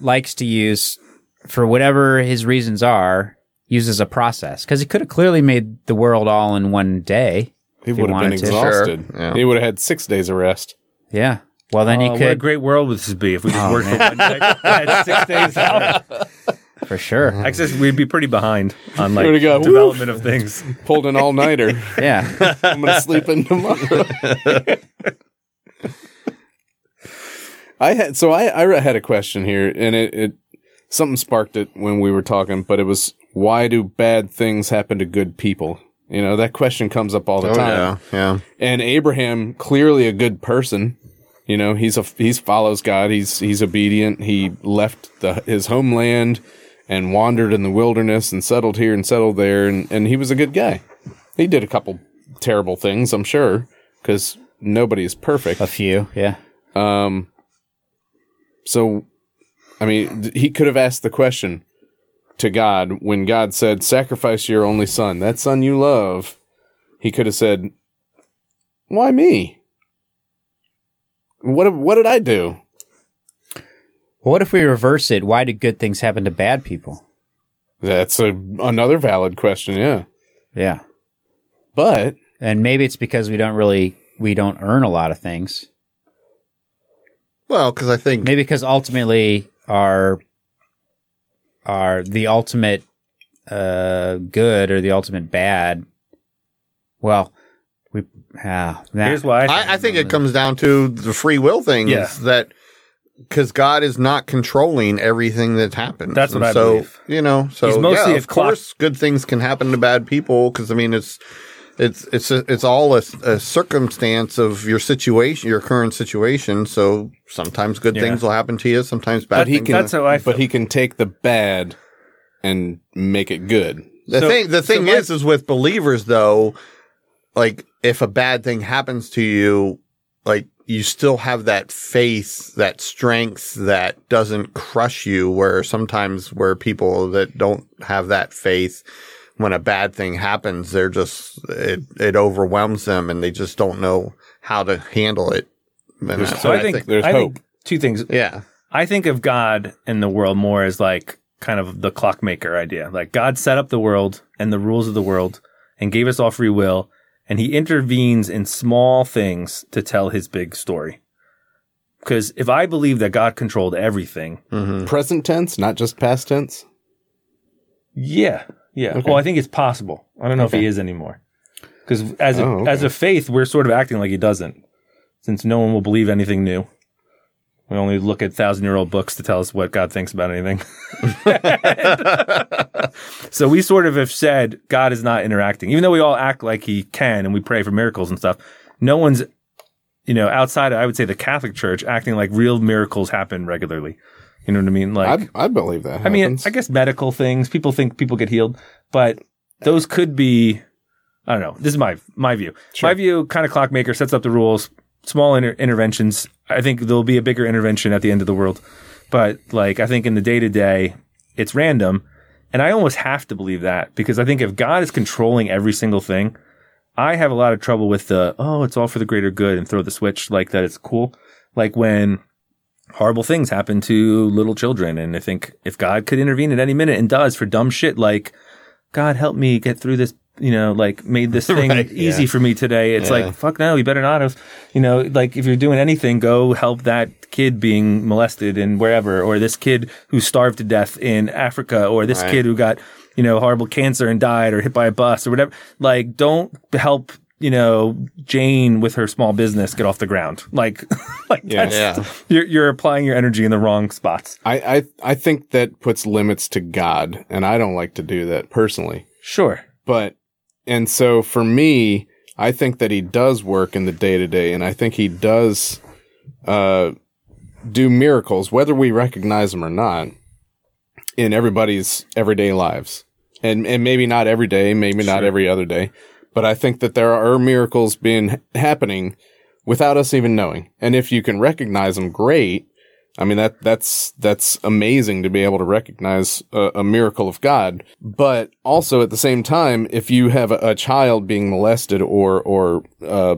[SPEAKER 2] likes to use for whatever his reasons are, uses a process. Because he could have clearly made the world all in one day.
[SPEAKER 1] he
[SPEAKER 2] he
[SPEAKER 1] would have been
[SPEAKER 2] wanted to. Sure,
[SPEAKER 1] exhausted.
[SPEAKER 3] yeah.
[SPEAKER 1] He would have had six days of rest.
[SPEAKER 2] Yeah. Well then
[SPEAKER 4] Uh,
[SPEAKER 2] he
[SPEAKER 4] What a
[SPEAKER 2] could
[SPEAKER 4] great world would this be if we just worked for one day, had Oh, six days out.
[SPEAKER 2] for sure.
[SPEAKER 4] I guess we'd be pretty behind on like
[SPEAKER 1] Where'd it go?
[SPEAKER 4] development of things.
[SPEAKER 1] Pulled an all nighter.
[SPEAKER 2] Yeah.
[SPEAKER 1] I'm going to sleep in tomorrow. I had so I I had a question here, and it, it something sparked it when we were talking, but it was why do bad things happen to good people? You know that question comes up all the
[SPEAKER 3] Oh
[SPEAKER 1] time.
[SPEAKER 3] yeah, yeah.
[SPEAKER 1] And Abraham clearly a good person. You know he's a he's follows God. He's he's obedient. He left the, his homeland and wandered in the wilderness and settled here and settled there, and and he was a good guy. He did a couple terrible things, I'm sure, because nobody is perfect.
[SPEAKER 2] A few, yeah.
[SPEAKER 1] Um, so, I mean, th- he could have asked the question to God when God said, "Sacrifice your only son, that son you love." He could have said, "Why me? What what did I do?"
[SPEAKER 2] What if we reverse it? Why do good things happen to bad people?
[SPEAKER 1] That's a, another valid question, yeah.
[SPEAKER 2] Yeah.
[SPEAKER 1] But
[SPEAKER 2] And maybe it's because we don't really we don't earn a lot of things.
[SPEAKER 3] Well, because I think
[SPEAKER 2] Maybe because ultimately our our the ultimate uh good or the ultimate bad. Well, we ah, nah.
[SPEAKER 4] Here's why. I,
[SPEAKER 3] I, I think it comes down to the free will thing.
[SPEAKER 4] Yeah.
[SPEAKER 3] is That because God is not controlling everything that happens.
[SPEAKER 4] That's what
[SPEAKER 3] And
[SPEAKER 4] I
[SPEAKER 3] so,
[SPEAKER 4] believe.
[SPEAKER 3] You know, so
[SPEAKER 4] He's mostly
[SPEAKER 3] yeah,
[SPEAKER 4] a
[SPEAKER 3] of
[SPEAKER 4] clock-
[SPEAKER 3] course, good things can happen to bad people. Because I mean, it's it's it's it's all a, a circumstance of your situation, your current situation. So sometimes good
[SPEAKER 4] Yeah.
[SPEAKER 3] things will happen to you. Sometimes bad.
[SPEAKER 1] but he
[SPEAKER 3] things
[SPEAKER 1] can
[SPEAKER 4] that's how I
[SPEAKER 1] but
[SPEAKER 4] feel.
[SPEAKER 1] he can take the bad and make it good.
[SPEAKER 3] The
[SPEAKER 4] So-
[SPEAKER 3] thing the
[SPEAKER 4] so
[SPEAKER 3] thing
[SPEAKER 4] my-
[SPEAKER 3] is is with believers though, like if a bad thing happens to you, like you still have that faith, that strength that doesn't crush you where sometimes where people that don't have that faith when a bad thing happens, they're just it it overwhelms them and they just don't know how to handle it. And that's
[SPEAKER 4] so
[SPEAKER 3] what
[SPEAKER 4] I think
[SPEAKER 1] there's
[SPEAKER 4] I think
[SPEAKER 1] hope.
[SPEAKER 4] two things.
[SPEAKER 3] yeah.
[SPEAKER 4] I think of God and the world more as like kind of the clockmaker idea. Like God set up the world and the rules of the world and gave us all free will, and he intervenes in small things to tell his big story. Because if I believe that God controlled everything,
[SPEAKER 3] hmm
[SPEAKER 1] Present tense, not just past tense.
[SPEAKER 4] yeah, yeah.
[SPEAKER 1] Okay.
[SPEAKER 4] Well, I think it's possible. I don't know if
[SPEAKER 1] Okay.
[SPEAKER 4] he is anymore. Because as a,
[SPEAKER 1] Oh, okay.
[SPEAKER 4] as a faith, we're sort of acting like he doesn't, since no one will believe anything new. We only look at thousand year old books to tell us what God thinks about anything. So we sort of have said God is not interacting, even though we all act like He can and we pray for miracles and stuff. No one's, you know, outside of, I would say the Catholic Church acting like real miracles happen regularly. You know what I mean? Like,
[SPEAKER 1] I, I believe that.
[SPEAKER 4] I mean,
[SPEAKER 1] happens.
[SPEAKER 4] I guess medical things. People think people get healed, but those could be. I don't know. This is my my view.
[SPEAKER 1] Sure.
[SPEAKER 4] My view, kind of clockmaker, sets up the rules. Small inter- interventions. I think there'll be a bigger intervention at the end of the world, but like I think in the day to day, it's random, and I almost have to believe that because I think if God is controlling every single thing, I have a lot of trouble with the oh, it's all for the greater good and throw the switch like that. It's cool. Like when horrible things happen to little children. And I think if God could intervene at any minute and does for dumb shit like, God help me get through this, you know, like made this thing
[SPEAKER 3] Right,
[SPEAKER 4] easy for me today. It's
[SPEAKER 3] Yeah.
[SPEAKER 4] like, fuck no, you better not have, you know, like if you're doing anything, go help that kid being molested in wherever, or this kid who starved to death in Africa, or this
[SPEAKER 3] Right.
[SPEAKER 4] kid who got, you know, horrible cancer and died or hit by a bus or whatever. Like, don't help. You know, Jane with her small business get off the ground. Like, like
[SPEAKER 1] Yeah.
[SPEAKER 4] that's,
[SPEAKER 3] Yeah.
[SPEAKER 4] you're, you're applying your energy in the wrong spots.
[SPEAKER 1] I, I I think that puts limits to God, and I don't like to do that personally.
[SPEAKER 4] Sure.
[SPEAKER 1] But and so for me, I think that he does work in the day to day, and I think he does uh, do miracles, whether we recognize them or not, in everybody's everyday lives, and and maybe not every day, maybe not
[SPEAKER 4] Sure.
[SPEAKER 1] every other day, but I think that there are miracles being happening without us even knowing, and if you can recognize them, great. I mean that that's that's amazing to be able to recognize a, a miracle of God, but also at the same time, if you have a, a child being molested or or uh,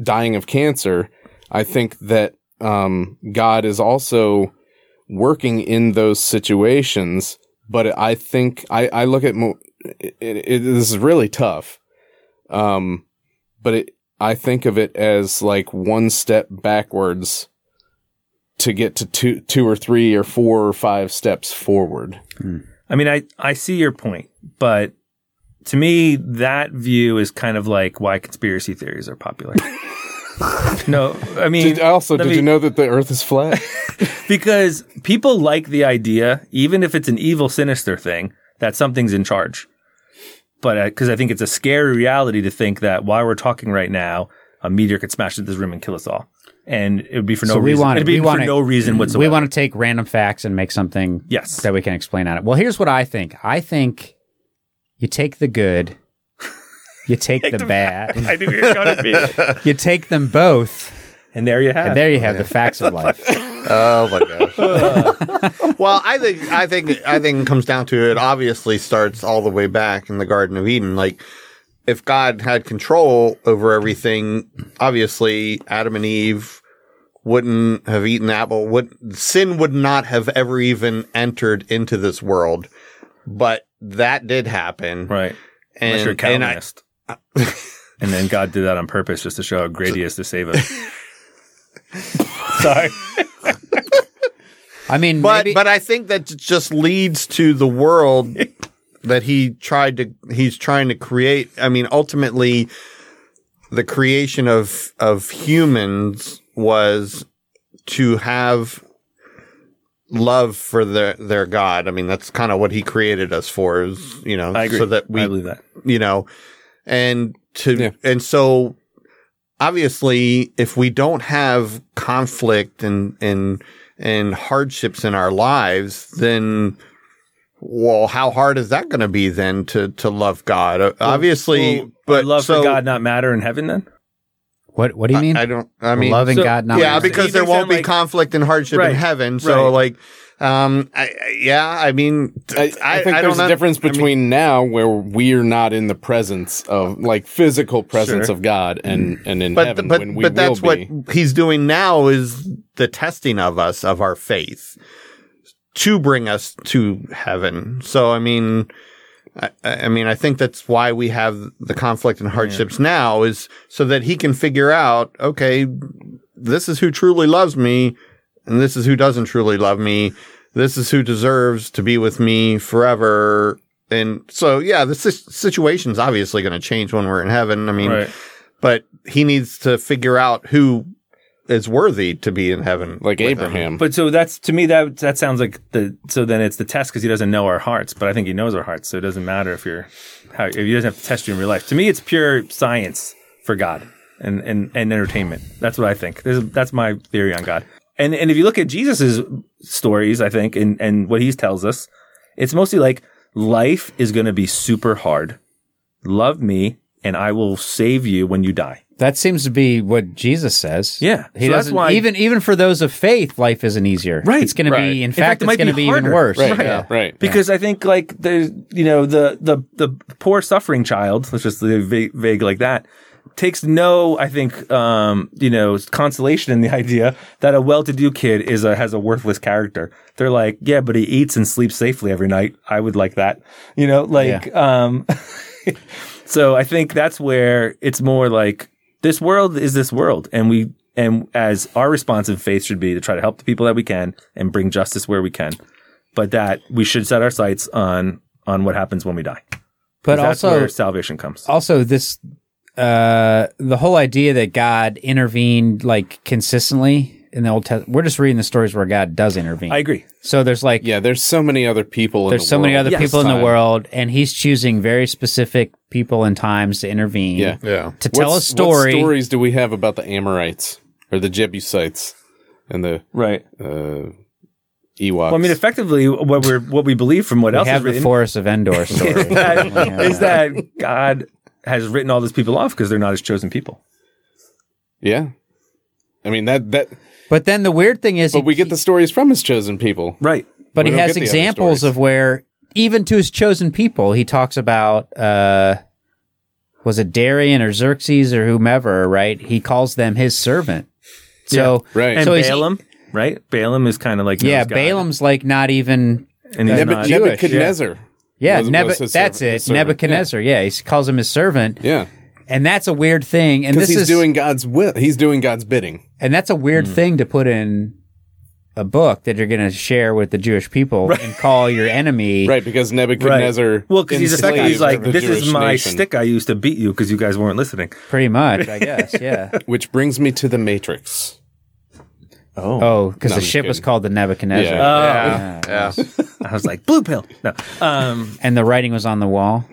[SPEAKER 1] dying of cancer, I think that um, God is also working in those situations. But I think I, I look at mo- it, it, this is really tough, um, but it, I think of it as like one step backwards to get to two, two or three or four or five steps forward.
[SPEAKER 4] I mean, I, I see your point, but to me, that view is kind of like why conspiracy theories are popular. No, I mean,
[SPEAKER 2] uh,
[SPEAKER 1] Did, also,
[SPEAKER 4] let
[SPEAKER 1] did
[SPEAKER 4] me-
[SPEAKER 1] you know that the Earth is flat?
[SPEAKER 4] because people like the idea, even if it's an evil, sinister thing, that something's in charge. But because I think it's a scary reality to think that while we're talking right now, a meteor could smash into this room and kill us all, and it would be for no
[SPEAKER 2] so we
[SPEAKER 4] reason.
[SPEAKER 2] want
[SPEAKER 4] It'd be
[SPEAKER 2] we
[SPEAKER 4] for
[SPEAKER 2] want
[SPEAKER 4] no reason whatsoever.
[SPEAKER 2] We want to take random facts and make something
[SPEAKER 4] Yes.
[SPEAKER 2] that we can explain on it. Well, here's what I think. I think you take the good, you take, the, bad,
[SPEAKER 4] I knew you were going to be.
[SPEAKER 2] you take them both,
[SPEAKER 4] And there you have.
[SPEAKER 2] and
[SPEAKER 4] it.
[SPEAKER 2] there you have the facts of life.
[SPEAKER 3] Oh my gosh. well, I think I think I think it comes down to it obviously starts all the way back in the Garden of Eden. Like if God had control over everything, obviously Adam and Eve wouldn't have eaten the apple. Would sin would not have ever even entered into this world. But that did happen.
[SPEAKER 4] right.
[SPEAKER 3] And,
[SPEAKER 4] Unless you're a
[SPEAKER 3] and I-
[SPEAKER 4] Calvinist. And then God did that on purpose just to show how great he is to save us. Sorry.
[SPEAKER 2] I mean,
[SPEAKER 3] but
[SPEAKER 2] maybe,
[SPEAKER 3] but I think that j- just leads to the world that he tried to he's trying to create. I mean, ultimately, the creation of of humans was to have love for their their God. I mean, that's kind of what he created us for. Is you know,
[SPEAKER 4] I agree.
[SPEAKER 3] so that
[SPEAKER 4] I
[SPEAKER 3] we
[SPEAKER 4] believe that.
[SPEAKER 3] you know, and to
[SPEAKER 1] Yeah.
[SPEAKER 3] and so obviously if we don't have conflict and and and hardships in our lives, then well, how hard is that going to be then to to love God? Uh, obviously,
[SPEAKER 4] Will
[SPEAKER 3] but
[SPEAKER 4] love
[SPEAKER 3] so,
[SPEAKER 4] for God not matter in heaven then?
[SPEAKER 2] what what do you mean?
[SPEAKER 3] I, I don't. I mean,
[SPEAKER 2] Loving
[SPEAKER 4] so-
[SPEAKER 2] God, not
[SPEAKER 3] yeah,
[SPEAKER 4] matter.
[SPEAKER 3] because
[SPEAKER 4] He
[SPEAKER 3] there
[SPEAKER 4] thinks
[SPEAKER 3] won't
[SPEAKER 4] that,
[SPEAKER 3] be
[SPEAKER 4] like-
[SPEAKER 3] conflict and hardship
[SPEAKER 4] Right.
[SPEAKER 3] in heaven. So,
[SPEAKER 4] Right.
[SPEAKER 3] like, um, I, I- yeah, I mean,
[SPEAKER 1] I, I think
[SPEAKER 3] don't
[SPEAKER 1] there's a
[SPEAKER 3] know.
[SPEAKER 1] difference
[SPEAKER 3] I mean-
[SPEAKER 1] between now, where we're not in the presence of like physical presence
[SPEAKER 4] Sure.
[SPEAKER 1] of God, and and in
[SPEAKER 3] but
[SPEAKER 1] heaven
[SPEAKER 3] but,
[SPEAKER 1] when we
[SPEAKER 3] but
[SPEAKER 1] will
[SPEAKER 3] that's
[SPEAKER 1] be.
[SPEAKER 3] what he's doing now is the testing of us of our faith to bring us to heaven so i mean I, I mean i think that's why we have the conflict and hardships now is so that he can figure out okay this is who truly loves me and this is who doesn't truly love me this is who deserves to be with me forever and so yeah the si- situation's obviously going to change when we're in heaven i mean
[SPEAKER 4] Right.
[SPEAKER 3] but he needs to figure out who is worthy to be in heaven,
[SPEAKER 1] like
[SPEAKER 3] with him.
[SPEAKER 1] Abraham.
[SPEAKER 4] But so that's to me that that sounds like the so then it's the test because he doesn't know our hearts, but I think he knows our hearts, so it doesn't matter if you're how if he doesn't have to test you in real life. To me, it's pure science for God and and, and entertainment. That's what I think. This is, that's my theory on God. And and if you look at Jesus's stories, I think and and what he tells us, it's mostly like life is going to be super hard. Love me, and I will save you when you die.
[SPEAKER 2] that seems to be what Jesus says.
[SPEAKER 4] Yeah,
[SPEAKER 2] he
[SPEAKER 4] so that's
[SPEAKER 2] doesn't.
[SPEAKER 4] why-
[SPEAKER 2] even even for those of faith, life isn't easier.
[SPEAKER 4] Right,
[SPEAKER 2] it's going to
[SPEAKER 1] right.
[SPEAKER 2] be. In
[SPEAKER 1] In
[SPEAKER 2] fact,
[SPEAKER 4] it
[SPEAKER 2] it's
[SPEAKER 4] might
[SPEAKER 2] going to be, even
[SPEAKER 4] harder.
[SPEAKER 2] worse.
[SPEAKER 1] right,
[SPEAKER 4] Right.
[SPEAKER 1] yeah, right.
[SPEAKER 4] because I think like there's you know the the the poor suffering child, let's just leave it va- vague like that, takes no I think um, you know consolation in the idea that a well-to-do kid is a has a worthless character. They're like, yeah, but he eats and sleeps safely every night. I would like that, you know, like um, so I think that's where it's more like this world is this world, and we. And as our response in faith should be to try to help the people that we can and bring justice where we can but that we should set our sights on on what happens when we die. 'Cause
[SPEAKER 2] But
[SPEAKER 4] that's
[SPEAKER 2] also,
[SPEAKER 4] where salvation comes.
[SPEAKER 2] also this uh the whole idea that god intervened like consistently in the old testament we're just reading the stories where god does intervene
[SPEAKER 4] I agree.
[SPEAKER 2] so there's like
[SPEAKER 1] Yeah, there's so many other people. in
[SPEAKER 2] there's
[SPEAKER 1] the
[SPEAKER 2] so many
[SPEAKER 1] world.
[SPEAKER 2] other
[SPEAKER 4] Yes.
[SPEAKER 2] people in the
[SPEAKER 1] Time.
[SPEAKER 2] world and he's choosing very specific people and times to intervene
[SPEAKER 1] Yeah.
[SPEAKER 3] Yeah.
[SPEAKER 2] to tell a
[SPEAKER 1] What's-
[SPEAKER 2] story
[SPEAKER 1] What stories do we have about the Amorites or the Jebusites and the
[SPEAKER 4] Right.
[SPEAKER 1] uh, Ewoks?
[SPEAKER 4] Well, I mean, effectively, what we're what we believe from what
[SPEAKER 2] we
[SPEAKER 4] else
[SPEAKER 2] have
[SPEAKER 4] is
[SPEAKER 2] the
[SPEAKER 4] written
[SPEAKER 2] forest of endor story
[SPEAKER 4] is that, is that God has written all these people off because they're not His chosen people.
[SPEAKER 1] yeah. I mean that that,
[SPEAKER 2] but then the weird thing is
[SPEAKER 1] but
[SPEAKER 2] he-
[SPEAKER 1] we get the stories from his chosen people.
[SPEAKER 4] Right.
[SPEAKER 2] but
[SPEAKER 1] We
[SPEAKER 2] he
[SPEAKER 1] don't
[SPEAKER 2] has
[SPEAKER 1] get the other
[SPEAKER 2] examples
[SPEAKER 1] stories.
[SPEAKER 2] of where even to his chosen people he talks about uh was it Darian or Xerxes or whomever right he calls them his servant so
[SPEAKER 1] Right.
[SPEAKER 4] And
[SPEAKER 2] So he's-
[SPEAKER 4] Balaam, right? Balaam is kind of like
[SPEAKER 2] yeah
[SPEAKER 4] knows God,
[SPEAKER 2] Balaam's like not even
[SPEAKER 4] and he's
[SPEAKER 1] Neb-
[SPEAKER 4] not.
[SPEAKER 2] Jewish,
[SPEAKER 1] Nebuchadnezzar.
[SPEAKER 2] yeah
[SPEAKER 1] Was- was
[SPEAKER 2] Neb-
[SPEAKER 1] his
[SPEAKER 2] that's
[SPEAKER 1] servant- his
[SPEAKER 2] it
[SPEAKER 1] servant.
[SPEAKER 2] Nebuchadnezzar yeah. he calls him his servant
[SPEAKER 1] Yeah.
[SPEAKER 2] and that's a weird thing and
[SPEAKER 1] Because
[SPEAKER 2] this
[SPEAKER 1] he's Hmm.
[SPEAKER 2] is
[SPEAKER 1] doing God's will. He's doing God's bidding.
[SPEAKER 2] and that's a weird thing to put in a book that you're going to share with the Jewish people and call your enemy.
[SPEAKER 1] Right, because Nebuchadnezzar.
[SPEAKER 4] Well, because he's
[SPEAKER 1] enslaved
[SPEAKER 4] effectively he's like,
[SPEAKER 1] the
[SPEAKER 4] this is
[SPEAKER 1] Jewish
[SPEAKER 4] my
[SPEAKER 1] nation."
[SPEAKER 4] stick I used to beat you because you guys weren't listening.
[SPEAKER 2] Pretty much, I guess. Yeah.
[SPEAKER 1] Which brings me to the Matrix.
[SPEAKER 2] Oh, because
[SPEAKER 1] No,
[SPEAKER 2] the
[SPEAKER 1] I'm just
[SPEAKER 2] ship was
[SPEAKER 1] kidding.
[SPEAKER 2] called the Nebuchadnezzar.
[SPEAKER 1] Yeah.
[SPEAKER 4] Uh,
[SPEAKER 3] yeah, yeah.
[SPEAKER 4] I was like, blue pill. No. Um,
[SPEAKER 2] And the writing was on the wall.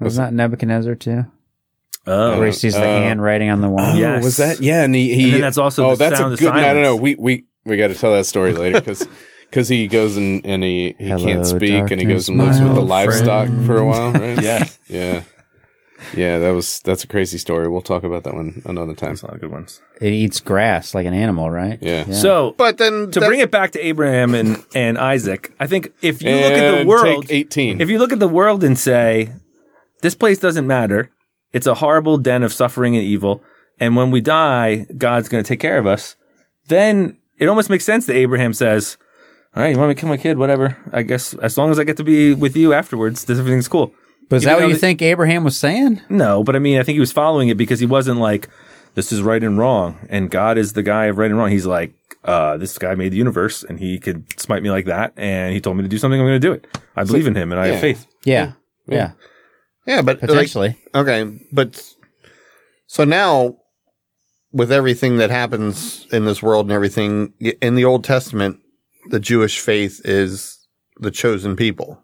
[SPEAKER 2] Was that Nebuchadnezzar too?
[SPEAKER 4] oh,
[SPEAKER 2] Where he sees the hand writing on the wall.
[SPEAKER 4] yeah.
[SPEAKER 1] Oh, was
[SPEAKER 4] Yes.
[SPEAKER 1] that? Yeah, and he. he
[SPEAKER 4] And then that's also
[SPEAKER 1] Oh,
[SPEAKER 4] the
[SPEAKER 1] that's
[SPEAKER 4] sound
[SPEAKER 1] a
[SPEAKER 4] of
[SPEAKER 1] good. I don't
[SPEAKER 4] silence.
[SPEAKER 1] know. We we we got to tell that story later because he goes and and he he
[SPEAKER 2] Hello,
[SPEAKER 1] can't speak and he
[SPEAKER 2] darkness,
[SPEAKER 1] goes and lives
[SPEAKER 2] my
[SPEAKER 1] with the
[SPEAKER 2] old
[SPEAKER 1] livestock for a while. Right?
[SPEAKER 4] Yeah.
[SPEAKER 1] yeah, yeah. That was that's a crazy story. We'll talk about that one another time.
[SPEAKER 4] that's a lot of good ones.
[SPEAKER 2] It eats grass like an animal, right?
[SPEAKER 1] Yeah.
[SPEAKER 4] So,
[SPEAKER 3] But then
[SPEAKER 4] to bring it back to Abraham and, and Isaac, I think if you look at the
[SPEAKER 1] And
[SPEAKER 4] world,
[SPEAKER 1] take 18.
[SPEAKER 4] if you look at the world and say, this place doesn't matter, it's a horrible den of suffering and evil, and when we die, God's going to take care of us, then it almost makes sense that Abraham says, all right, you want me to kill my kid? Whatever. I guess as long as I get to be with you afterwards, this, everything's cool.
[SPEAKER 2] But is
[SPEAKER 4] Even
[SPEAKER 2] that what
[SPEAKER 4] though
[SPEAKER 2] you
[SPEAKER 4] the-
[SPEAKER 2] think Abraham was saying?
[SPEAKER 4] No, but I mean, I think he was following it because he wasn't like, this is right and wrong, and God is the guy of right and wrong. He's like, uh, this guy made the universe, and he could smite me like that, and he told me to do something. I'm going to do it. I believe in him, and I
[SPEAKER 1] yeah.
[SPEAKER 4] have faith.
[SPEAKER 2] Yeah. Yeah.
[SPEAKER 3] yeah, but like,
[SPEAKER 2] Potentially.
[SPEAKER 3] okay, but so now with everything that happens in this world and everything y- in the Old Testament, the Jewish faith is the chosen people.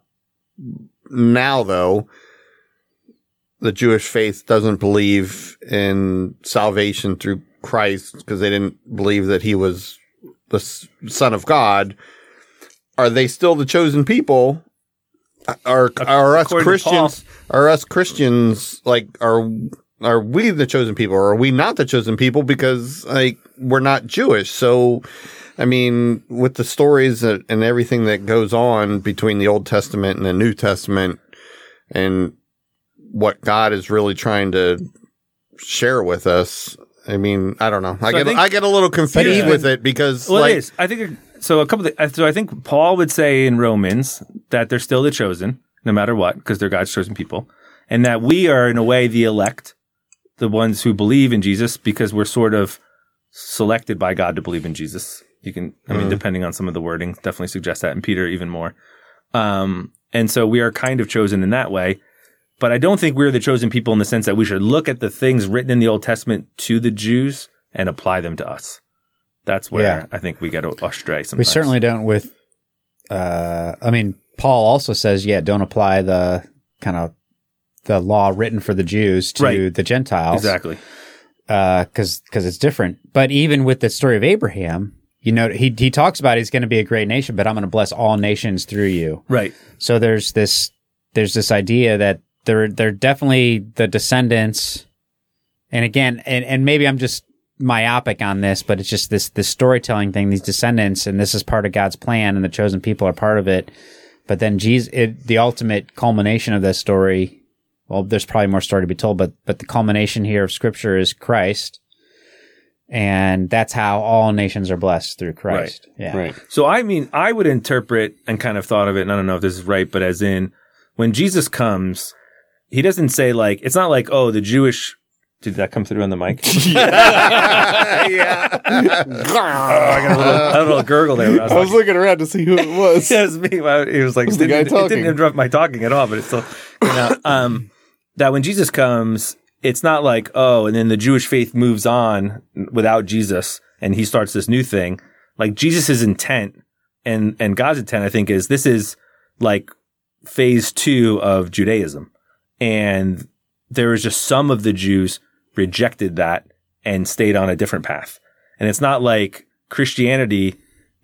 [SPEAKER 3] Now, though, the Jewish faith doesn't believe in salvation through Christ because they didn't believe that he was the s- Son of God. Are they still the chosen people? Are are us
[SPEAKER 4] According to
[SPEAKER 3] Christians? Are us Christians like are are we the chosen people or are we not the chosen people because like we're not Jewish? So I mean, with the stories that, and everything that goes on between the Old Testament and the New Testament and what God is really trying to share with us. I mean, I don't know. I
[SPEAKER 4] So I
[SPEAKER 3] get I,
[SPEAKER 4] think-
[SPEAKER 3] get a little confused
[SPEAKER 4] even-
[SPEAKER 3] with it because
[SPEAKER 4] Well,
[SPEAKER 3] like
[SPEAKER 4] it is. I think so. A couple. Of, so I think Paul would say in Romans that they're still the chosen, no matter what, because they're God's chosen people, and that we are in a way the elect, the ones who believe in Jesus, because we're sort of selected by God to believe in Jesus. You can, I
[SPEAKER 3] Mm-hmm.
[SPEAKER 4] mean, depending on some of the wording, definitely suggests that, and Peter even more. Um, and so we are kind of chosen in that way. But I don't think we're the chosen people in the sense that we should look at the things written in the Old Testament to the Jews and apply them to us. That's where
[SPEAKER 2] Yeah.
[SPEAKER 4] I think we get astray sometimes.
[SPEAKER 2] We certainly don't with uh I mean Paul also says yeah don't apply the kind of the law written for the Jews to
[SPEAKER 4] Right.
[SPEAKER 2] the Gentiles
[SPEAKER 4] exactly.
[SPEAKER 2] because because it's different but even with the story of Abraham you know he he talks about he's going to be a great nation but I'm going to bless all nations through you
[SPEAKER 4] Right.
[SPEAKER 2] so there's this there's this idea that they're they're definitely the descendants and again and, and maybe i'm just myopic on this but it's just this this storytelling thing these descendants and this is part of god's plan and the chosen people are part of it but then jesus it, the ultimate culmination of this story well there's probably more story to be told but but the culmination here of scripture is christ and that's how all nations are blessed through christ yeah
[SPEAKER 1] right.
[SPEAKER 4] So I mean, I would interpret and kind of thought of it, and I don't know if this is right, but as in when Jesus comes, he doesn't say like it's not like oh the Jewish. Did that come through on the mic? I got a little, I had a little gurgle there. When I was,
[SPEAKER 1] I was
[SPEAKER 4] like,
[SPEAKER 1] looking around to see who it was.
[SPEAKER 4] it was me. Well, It was like
[SPEAKER 1] the guy
[SPEAKER 4] didn't, it
[SPEAKER 1] talking.
[SPEAKER 4] didn't interrupt my talking at all, but it's still you know, um, that when Jesus comes, it's not like oh, and then the Jewish faith moves on without Jesus, and he starts this new thing. Like Jesus' intent and and God's intent, I think, is this is like phase two of Judaism, and there is just some of the Jews rejected that and stayed on a different path. And it's not like Christianity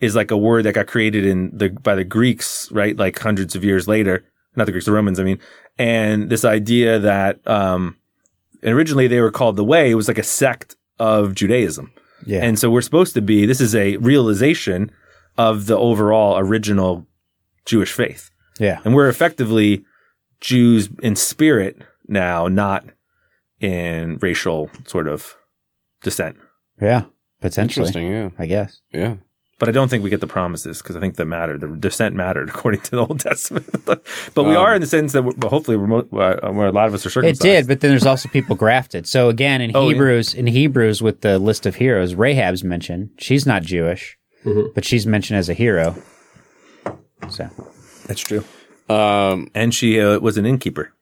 [SPEAKER 4] is like a word that got created in the by the Greeks, right? Like hundreds of years later, not the Greeks, the Romans, I mean. And this idea that um, originally they were called the Way it was like a sect of Judaism,
[SPEAKER 2] yeah
[SPEAKER 4] and so we're supposed to be. This is a realization of the overall original Jewish faith
[SPEAKER 2] yeah
[SPEAKER 4] and we're effectively Jews in spirit now, not in racial sort of descent.
[SPEAKER 2] yeah potentially
[SPEAKER 1] Interesting. Yeah.
[SPEAKER 2] i guess
[SPEAKER 1] Yeah.
[SPEAKER 4] But I don't think we get the promises because I think that mattered. The descent mattered according to the Old Testament. but we
[SPEAKER 1] Um,
[SPEAKER 4] are in the sense that we're, but hopefully we're, mo- uh, where a lot of us are
[SPEAKER 2] It
[SPEAKER 4] circumcised.
[SPEAKER 2] did, but then there's also people grafted. So again, in
[SPEAKER 4] Oh, yeah.
[SPEAKER 2] Hebrews, in Hebrews with the list of heroes, Rahab's mentioned. She's not Jewish.
[SPEAKER 4] Mm-hmm.
[SPEAKER 2] but she's mentioned as a hero. So,
[SPEAKER 5] That's true. Um,
[SPEAKER 4] and she uh, was an innkeeper.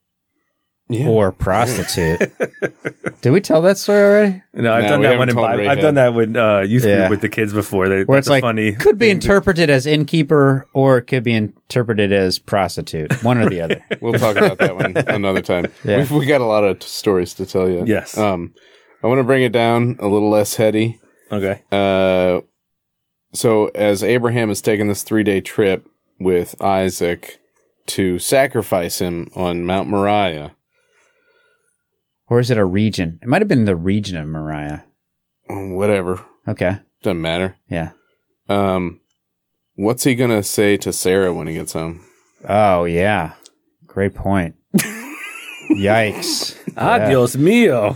[SPEAKER 5] yeah.
[SPEAKER 2] or prostitute. Did we tell that story already?
[SPEAKER 4] No, I've
[SPEAKER 5] No,
[SPEAKER 4] done
[SPEAKER 5] we
[SPEAKER 4] that
[SPEAKER 5] haven't
[SPEAKER 4] one. In,
[SPEAKER 5] told
[SPEAKER 4] Bi-
[SPEAKER 5] Ray
[SPEAKER 4] I've
[SPEAKER 5] that.
[SPEAKER 4] done that with uh, youth
[SPEAKER 2] Yeah.
[SPEAKER 4] group with the kids before. They,
[SPEAKER 2] Where
[SPEAKER 4] that's
[SPEAKER 2] it's
[SPEAKER 4] a
[SPEAKER 2] like
[SPEAKER 4] funny.
[SPEAKER 2] could be interpreted as innkeeper or it could be interpreted as prostitute, one or the other.
[SPEAKER 5] We'll talk about that one another time.
[SPEAKER 2] Yeah.
[SPEAKER 5] We've, we got a lot of t- stories to tell you.
[SPEAKER 4] Yes.
[SPEAKER 5] Um, I want to bring it down a little less heady.
[SPEAKER 4] Okay.
[SPEAKER 5] Uh, so as Abraham is taking this three day trip with Isaac to sacrifice him on Mount Moriah,
[SPEAKER 2] Or is it a region? It might have been the region of Moriah.
[SPEAKER 5] whatever
[SPEAKER 2] Okay.
[SPEAKER 5] doesn't matter.
[SPEAKER 2] Yeah.
[SPEAKER 5] Um, what's he gonna say to Sarah when he gets home?
[SPEAKER 2] Oh yeah. Great point. Yikes.
[SPEAKER 4] Adios mio.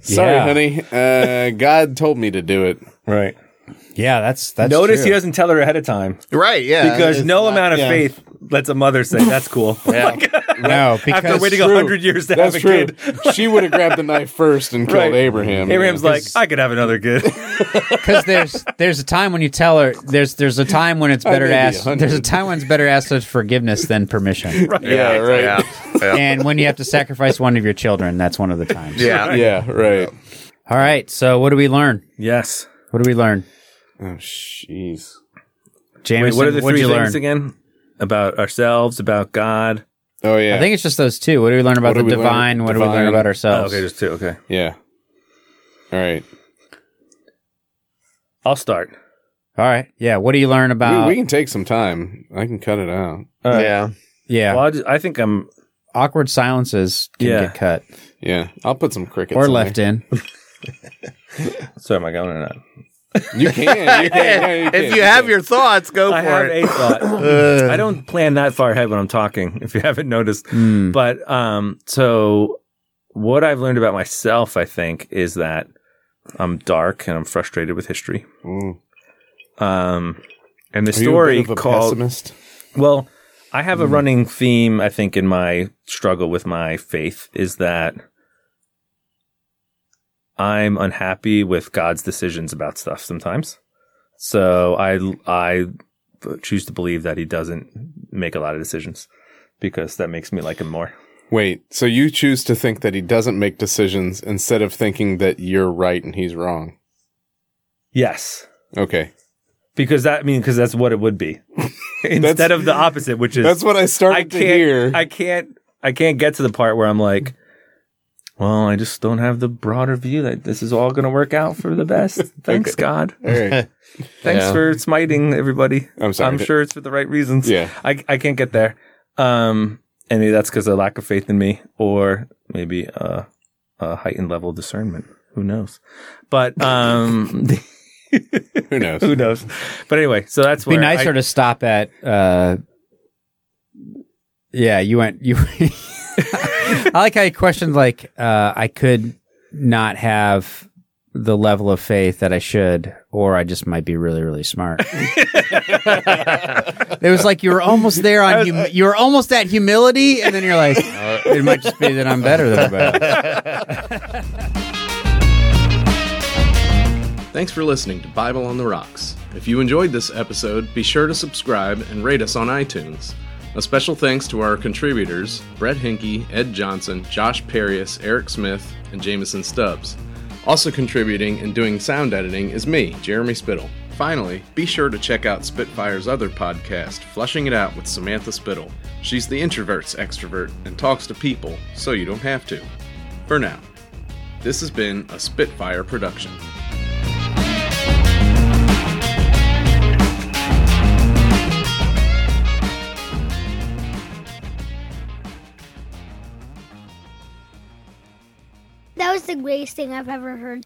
[SPEAKER 5] Sorry,
[SPEAKER 2] Yeah.
[SPEAKER 5] honey. Uh, God told me to do it.
[SPEAKER 4] Right.
[SPEAKER 2] Yeah, that's that's
[SPEAKER 4] Notice
[SPEAKER 2] true.
[SPEAKER 4] he doesn't tell her ahead of time
[SPEAKER 3] Right, yeah.
[SPEAKER 4] because
[SPEAKER 3] it's
[SPEAKER 4] no
[SPEAKER 3] not-
[SPEAKER 4] amount of
[SPEAKER 3] yeah.
[SPEAKER 4] faith lets a mother say that's cool. Like,
[SPEAKER 2] No, because
[SPEAKER 4] after waiting
[SPEAKER 5] True.
[SPEAKER 4] hundred years to
[SPEAKER 5] That's
[SPEAKER 4] have a
[SPEAKER 5] true.
[SPEAKER 4] kid,
[SPEAKER 5] she would have grabbed the knife first and killed
[SPEAKER 4] Right.
[SPEAKER 5] Abraham.
[SPEAKER 4] Abraham's like, I could have another kid.
[SPEAKER 2] because there's there's a time when you tell her there's there's a time when it's better to
[SPEAKER 5] may be
[SPEAKER 2] ask
[SPEAKER 5] 100.
[SPEAKER 2] there's a time when it's better to ask for forgiveness than permission.
[SPEAKER 5] yeah, right.
[SPEAKER 3] Yeah. Yeah.
[SPEAKER 2] And when you have to sacrifice one of your children, that's one of the times.
[SPEAKER 3] yeah.
[SPEAKER 5] Yeah, right.
[SPEAKER 2] All right. So what do we learn?
[SPEAKER 4] yes.
[SPEAKER 2] What do we learn?
[SPEAKER 5] Oh, jeez.
[SPEAKER 4] Wait,
[SPEAKER 2] Jameson,
[SPEAKER 4] what are the
[SPEAKER 2] what'd
[SPEAKER 4] three
[SPEAKER 2] you
[SPEAKER 4] things
[SPEAKER 2] learn?
[SPEAKER 4] again? About ourselves, about God.
[SPEAKER 5] Oh yeah.
[SPEAKER 2] I think it's just those two. What do we learn about
[SPEAKER 5] What do
[SPEAKER 2] the
[SPEAKER 5] we learn?
[SPEAKER 2] divine? What do we learn
[SPEAKER 5] Divine.
[SPEAKER 2] about
[SPEAKER 4] Oh,
[SPEAKER 2] ourselves?
[SPEAKER 4] okay, there's two. Okay.
[SPEAKER 5] yeah. All right.
[SPEAKER 4] I'll start.
[SPEAKER 2] All right. Yeah. What do you learn about?
[SPEAKER 5] we, we can take some time. I can cut it out.
[SPEAKER 4] All right.
[SPEAKER 3] Yeah.
[SPEAKER 2] yeah.
[SPEAKER 4] Well, I, just, I think I'm.
[SPEAKER 2] Awkward silences can
[SPEAKER 4] Yeah.
[SPEAKER 2] get cut
[SPEAKER 5] Yeah, I'll put some crickets
[SPEAKER 2] or
[SPEAKER 5] in
[SPEAKER 2] left
[SPEAKER 5] there.
[SPEAKER 2] in.
[SPEAKER 4] Sorry, am I going or not?
[SPEAKER 5] You can. You can. yeah, you
[SPEAKER 3] If
[SPEAKER 5] can.
[SPEAKER 3] you have your thoughts, go
[SPEAKER 4] I
[SPEAKER 3] for
[SPEAKER 4] have
[SPEAKER 3] it.
[SPEAKER 4] a thought. I don't plan that far ahead when I'm talking, if you haven't noticed.
[SPEAKER 2] Hmm.
[SPEAKER 4] But um, so what I've learned about myself, I think, is that I'm dark and I'm frustrated with history.
[SPEAKER 5] Mm.
[SPEAKER 4] Um, and the
[SPEAKER 5] Are you a
[SPEAKER 4] story
[SPEAKER 5] bit of a
[SPEAKER 4] called
[SPEAKER 5] pessimist?
[SPEAKER 4] well, I have a running theme, I think, in my struggle with my faith is that I'm unhappy with God's decisions about stuff sometimes. So I I choose to believe that He doesn't make a lot of decisions because that makes me like Him more.
[SPEAKER 5] Wait. So you choose to think that he doesn't make decisions instead of thinking that you're right and he's wrong.
[SPEAKER 4] Yes,
[SPEAKER 5] Okay.
[SPEAKER 4] because that I mean because that's what it would be instead of the opposite, which is
[SPEAKER 5] That's what I started
[SPEAKER 4] I
[SPEAKER 5] to
[SPEAKER 4] can't.
[SPEAKER 5] hear.
[SPEAKER 4] I can't. I can't get to the part where I'm like, well, I just don't have the broader view that this is all going to work out for the best. Thanks, God.
[SPEAKER 5] All right.
[SPEAKER 4] Thanks
[SPEAKER 3] Yeah.
[SPEAKER 4] for smiting everybody.
[SPEAKER 5] I'm sorry.
[SPEAKER 4] I'm sure it's for the right reasons.
[SPEAKER 5] Yeah.
[SPEAKER 4] I I can't get there. Um, and maybe that's because of lack of faith in me, or maybe a, a heightened level of discernment. Who knows? But um,
[SPEAKER 5] Who knows?
[SPEAKER 4] who knows? But anyway, so that's
[SPEAKER 2] It'd be
[SPEAKER 4] where I-
[SPEAKER 2] nicer to stop at. Uh, yeah, you went. You. I like how you questioned. Like, uh, I could not have the level of faith that I should, or I just might be really, really smart. it was like you were almost there on. Hum- you were almost at humility, and then you're like, it might just be that I'm better than everybody. else.
[SPEAKER 1] Thanks for listening to Bible on the Rocks. If you enjoyed this episode, be sure to subscribe and rate us on iTunes. A special thanks to our contributors, Brett Hinkey, Ed Johnson, Josh Perius, Eric Smith, and Jameson Stubbs. Also contributing and doing sound editing is me, Jeremy Spittle. Finally, be sure to check out Spitfire's other podcast, Flushing It Out with Samantha Spittle. She's the introvert's extrovert and talks to people, so you don't have to. For now, this has been a Spitfire production.
[SPEAKER 6] That was the greatest thing I've ever heard.